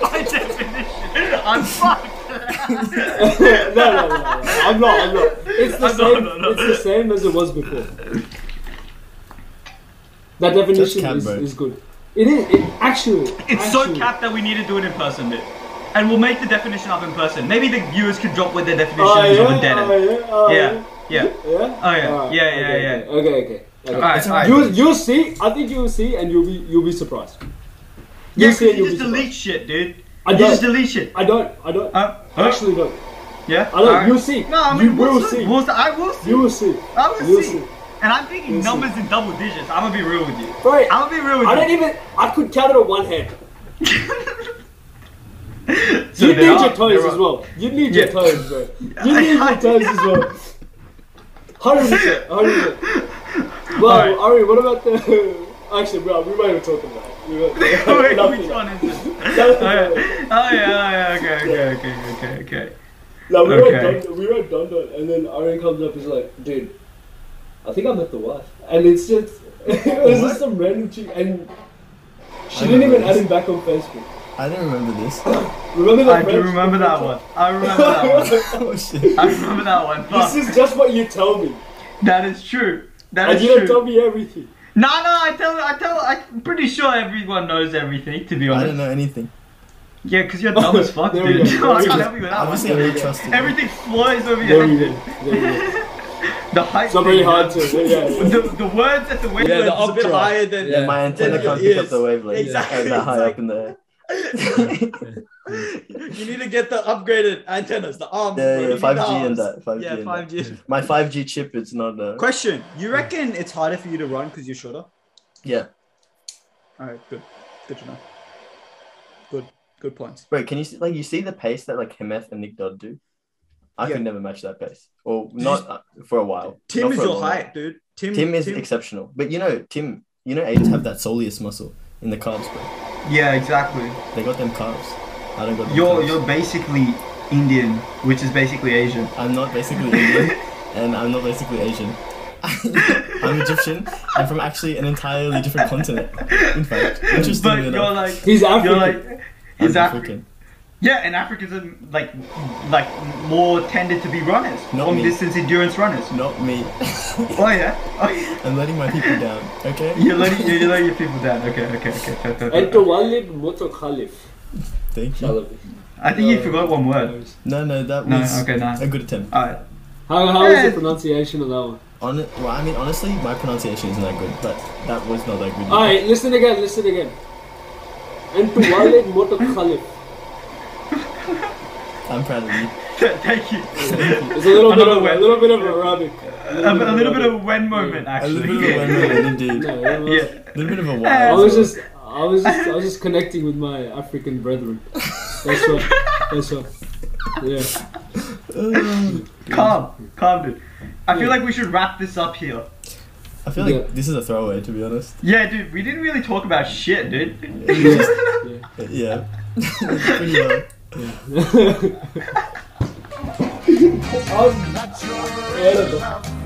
[SPEAKER 3] By definition, I'm fucked.
[SPEAKER 2] no, no, no, no, no. I'm not. I'm not. It's the
[SPEAKER 3] I'm not,
[SPEAKER 2] same.
[SPEAKER 3] no, no.
[SPEAKER 2] It's the same as it was before. That
[SPEAKER 4] Just
[SPEAKER 2] definition
[SPEAKER 4] cap,
[SPEAKER 2] is,
[SPEAKER 4] bro.
[SPEAKER 2] is good. It is. It actually.
[SPEAKER 3] It's so
[SPEAKER 2] actually-
[SPEAKER 3] capped that we need to do it in person, dude. And we'll make the definition up in person. Maybe the viewers can drop with their definitions
[SPEAKER 2] Oh, yeah,
[SPEAKER 3] of a dead end.
[SPEAKER 2] oh, yeah, oh,
[SPEAKER 3] Yeah, yeah.
[SPEAKER 2] Yeah?
[SPEAKER 3] Oh, yeah. Yeah,
[SPEAKER 2] Alright,
[SPEAKER 3] yeah,
[SPEAKER 2] okay,
[SPEAKER 3] yeah.
[SPEAKER 2] Okay, okay. okay.
[SPEAKER 3] Alright, alright.
[SPEAKER 2] You you'll see. I think you'll see, and you'll be you'll be surprised.
[SPEAKER 3] Yeah,
[SPEAKER 2] You'll
[SPEAKER 3] 'cause
[SPEAKER 2] see, and
[SPEAKER 3] you
[SPEAKER 2] you'll
[SPEAKER 3] just
[SPEAKER 2] be
[SPEAKER 3] delete
[SPEAKER 2] surprised.
[SPEAKER 3] shit, dude.
[SPEAKER 2] I
[SPEAKER 3] you
[SPEAKER 2] don't.
[SPEAKER 3] just delete shit.
[SPEAKER 2] I don't. I don't.
[SPEAKER 3] Uh,
[SPEAKER 2] I actually don't.
[SPEAKER 3] yeah.
[SPEAKER 2] I don't-
[SPEAKER 3] alright.
[SPEAKER 2] you'll see.
[SPEAKER 3] No, I
[SPEAKER 2] You
[SPEAKER 3] mean, we'll,
[SPEAKER 2] will
[SPEAKER 3] see.
[SPEAKER 2] see.
[SPEAKER 3] We'll see. I will see.
[SPEAKER 2] You will see.
[SPEAKER 3] I will
[SPEAKER 2] You'll
[SPEAKER 3] see.
[SPEAKER 2] see.
[SPEAKER 3] And I'm thinking
[SPEAKER 2] You'll see.
[SPEAKER 3] numbers in double digits. I'm gonna be real with you.
[SPEAKER 2] Bro,
[SPEAKER 3] I'm gonna be real with
[SPEAKER 2] I
[SPEAKER 3] you.
[SPEAKER 2] don't even. I could count it on one hand.
[SPEAKER 3] So there
[SPEAKER 2] you need
[SPEAKER 3] are-
[SPEAKER 2] your toes
[SPEAKER 3] there
[SPEAKER 2] as
[SPEAKER 3] are-
[SPEAKER 2] well. You need
[SPEAKER 3] Yeah.
[SPEAKER 2] your toes, bro. You need your toes as well. Hundred percent. Hundred percent. Well,
[SPEAKER 3] Alright.
[SPEAKER 2] Ari, what about the? Actually, bro, we might have talked about it. We won't-
[SPEAKER 3] Wait,
[SPEAKER 2] nothing.
[SPEAKER 3] which one is this? oh,
[SPEAKER 2] Nothing.
[SPEAKER 3] yeah. oh yeah, oh yeah, okay, okay, okay, okay, okay.
[SPEAKER 2] No, we were
[SPEAKER 3] Okay.
[SPEAKER 2] at Dundon, we were at Dundon, and then Aaron comes up and is like, dude, I think I met the wife. And it's just, it was
[SPEAKER 4] What?
[SPEAKER 2] just some random chick, and she
[SPEAKER 4] I
[SPEAKER 2] didn't
[SPEAKER 4] remember
[SPEAKER 2] even add
[SPEAKER 4] this.
[SPEAKER 2] him back on Facebook.
[SPEAKER 4] I don't remember this.
[SPEAKER 2] Remember that
[SPEAKER 3] I do
[SPEAKER 2] French-
[SPEAKER 3] remember that one. I remember that one.
[SPEAKER 4] oh shit.
[SPEAKER 3] I remember that one. Fuck.
[SPEAKER 2] This is just what you tell me.
[SPEAKER 3] That is true. That
[SPEAKER 2] And
[SPEAKER 3] is
[SPEAKER 2] you don't tell
[SPEAKER 3] true.
[SPEAKER 2] me everything.
[SPEAKER 3] No, no, I tell, I tell, I'm pretty sure everyone knows everything. To be
[SPEAKER 4] I
[SPEAKER 3] honest,
[SPEAKER 4] don't know anything.
[SPEAKER 3] yeah, because you're dumb as fuck,
[SPEAKER 2] There we
[SPEAKER 3] dude.
[SPEAKER 2] go.
[SPEAKER 3] I
[SPEAKER 2] There we
[SPEAKER 3] can't
[SPEAKER 2] go.
[SPEAKER 3] help you with that
[SPEAKER 4] Obviously,
[SPEAKER 3] one.
[SPEAKER 4] I'm not trusted.
[SPEAKER 3] Everything flies over your
[SPEAKER 2] There you
[SPEAKER 3] head.
[SPEAKER 2] go.
[SPEAKER 3] dude.
[SPEAKER 2] There you go.
[SPEAKER 3] The height.
[SPEAKER 2] It's not very
[SPEAKER 3] thing,
[SPEAKER 2] hard
[SPEAKER 3] you
[SPEAKER 2] to.
[SPEAKER 3] know?
[SPEAKER 2] Yeah, yeah.
[SPEAKER 3] The, the words at the window.
[SPEAKER 5] Yeah, the up
[SPEAKER 4] draft.
[SPEAKER 5] higher than
[SPEAKER 4] Yeah, my antenna
[SPEAKER 5] than your
[SPEAKER 4] can't pick up
[SPEAKER 5] ears.
[SPEAKER 4] the wavelength.
[SPEAKER 5] Exactly.
[SPEAKER 4] That
[SPEAKER 5] it's
[SPEAKER 4] high
[SPEAKER 5] like-
[SPEAKER 4] up in the air.
[SPEAKER 5] you need to get the upgraded antennas, the arms.
[SPEAKER 4] Yeah,
[SPEAKER 5] bro,
[SPEAKER 4] yeah,
[SPEAKER 5] you need the
[SPEAKER 4] 5G and
[SPEAKER 5] arms.
[SPEAKER 4] that, 5G
[SPEAKER 5] yeah,
[SPEAKER 4] and that.
[SPEAKER 5] 5G.
[SPEAKER 4] My 5G chip, it's not. Uh,
[SPEAKER 5] Question: You reckon it's harder for you to run because you're shorter?
[SPEAKER 4] yeah.
[SPEAKER 5] All right, good, good to know. Good, good points.
[SPEAKER 4] Bro, can you see, like you see the pace that like Hemeth and Nick Dodd do? I
[SPEAKER 5] Yeah.
[SPEAKER 4] could never match that pace, or not uh, for a while.
[SPEAKER 5] Tim
[SPEAKER 4] Not
[SPEAKER 5] is
[SPEAKER 4] for a
[SPEAKER 5] your
[SPEAKER 4] long while.
[SPEAKER 5] height, dude. Tim.
[SPEAKER 4] Tim is exceptional, but you know Tim, you know Asians have that soleus muscle in the calves, bro.
[SPEAKER 3] Yeah, exactly.
[SPEAKER 4] They got them calves. I don't got them.
[SPEAKER 3] You're
[SPEAKER 4] calves.
[SPEAKER 3] you're basically Indian, which is basically Asian.
[SPEAKER 4] I'm not basically Indian, and I'm not basically Asian. I'm Egyptian. I'm from actually an entirely different continent. In fact,
[SPEAKER 3] But
[SPEAKER 4] interestingly
[SPEAKER 3] you're
[SPEAKER 4] enough,
[SPEAKER 3] like
[SPEAKER 2] He's
[SPEAKER 3] you're
[SPEAKER 2] African.
[SPEAKER 3] like
[SPEAKER 4] I'm
[SPEAKER 3] he's African.
[SPEAKER 4] African.
[SPEAKER 3] Yeah, and Africans are like like more tended to be runners,
[SPEAKER 4] Not
[SPEAKER 3] long
[SPEAKER 4] me.
[SPEAKER 3] distance endurance runners.
[SPEAKER 4] Not me.
[SPEAKER 3] Oh yeah, oh yeah.
[SPEAKER 4] I'm letting my people down. Okay.
[SPEAKER 3] You're letting you're letting your people down. Okay, okay, okay. fair, fair, fair.
[SPEAKER 2] And to Walid Motokhalif.
[SPEAKER 4] Thank
[SPEAKER 2] How
[SPEAKER 4] you.
[SPEAKER 3] I think you forgot one word.
[SPEAKER 4] No, no, that
[SPEAKER 3] No,
[SPEAKER 4] was
[SPEAKER 3] okay, no.
[SPEAKER 4] a good attempt.
[SPEAKER 3] Alright.
[SPEAKER 2] how is
[SPEAKER 3] Yeah.
[SPEAKER 2] the pronunciation of that one?
[SPEAKER 4] On, well, I mean, honestly, my pronunciation isn't that good, but that was not that good.
[SPEAKER 2] Alright, listen again, listen again. And to Walid Motokhalif.
[SPEAKER 4] I'm proud of you.
[SPEAKER 3] Thank you.
[SPEAKER 2] It's a little bit
[SPEAKER 3] Another
[SPEAKER 2] of
[SPEAKER 3] way.
[SPEAKER 2] a little bit of Arabic.
[SPEAKER 3] A, a little bit of when moment,
[SPEAKER 4] A
[SPEAKER 3] actually.
[SPEAKER 4] little bit of a women, indeed.
[SPEAKER 2] No,
[SPEAKER 4] A
[SPEAKER 2] it was-
[SPEAKER 3] Yeah.
[SPEAKER 4] little bit of a
[SPEAKER 2] I
[SPEAKER 4] wild.
[SPEAKER 2] was just, I was just, I was just connecting with my African brethren. That's what. That's what. Yeah.
[SPEAKER 3] Calm, calm, dude. I feel like we should wrap this up here.
[SPEAKER 4] I feel like
[SPEAKER 2] Yeah.
[SPEAKER 4] this is a throwaway, to be honest.
[SPEAKER 3] Yeah, dude, we didn't really talk about shit, dude.
[SPEAKER 4] Uh, Yeah. Pretty well.
[SPEAKER 2] Yeah. I was- yeah, that's-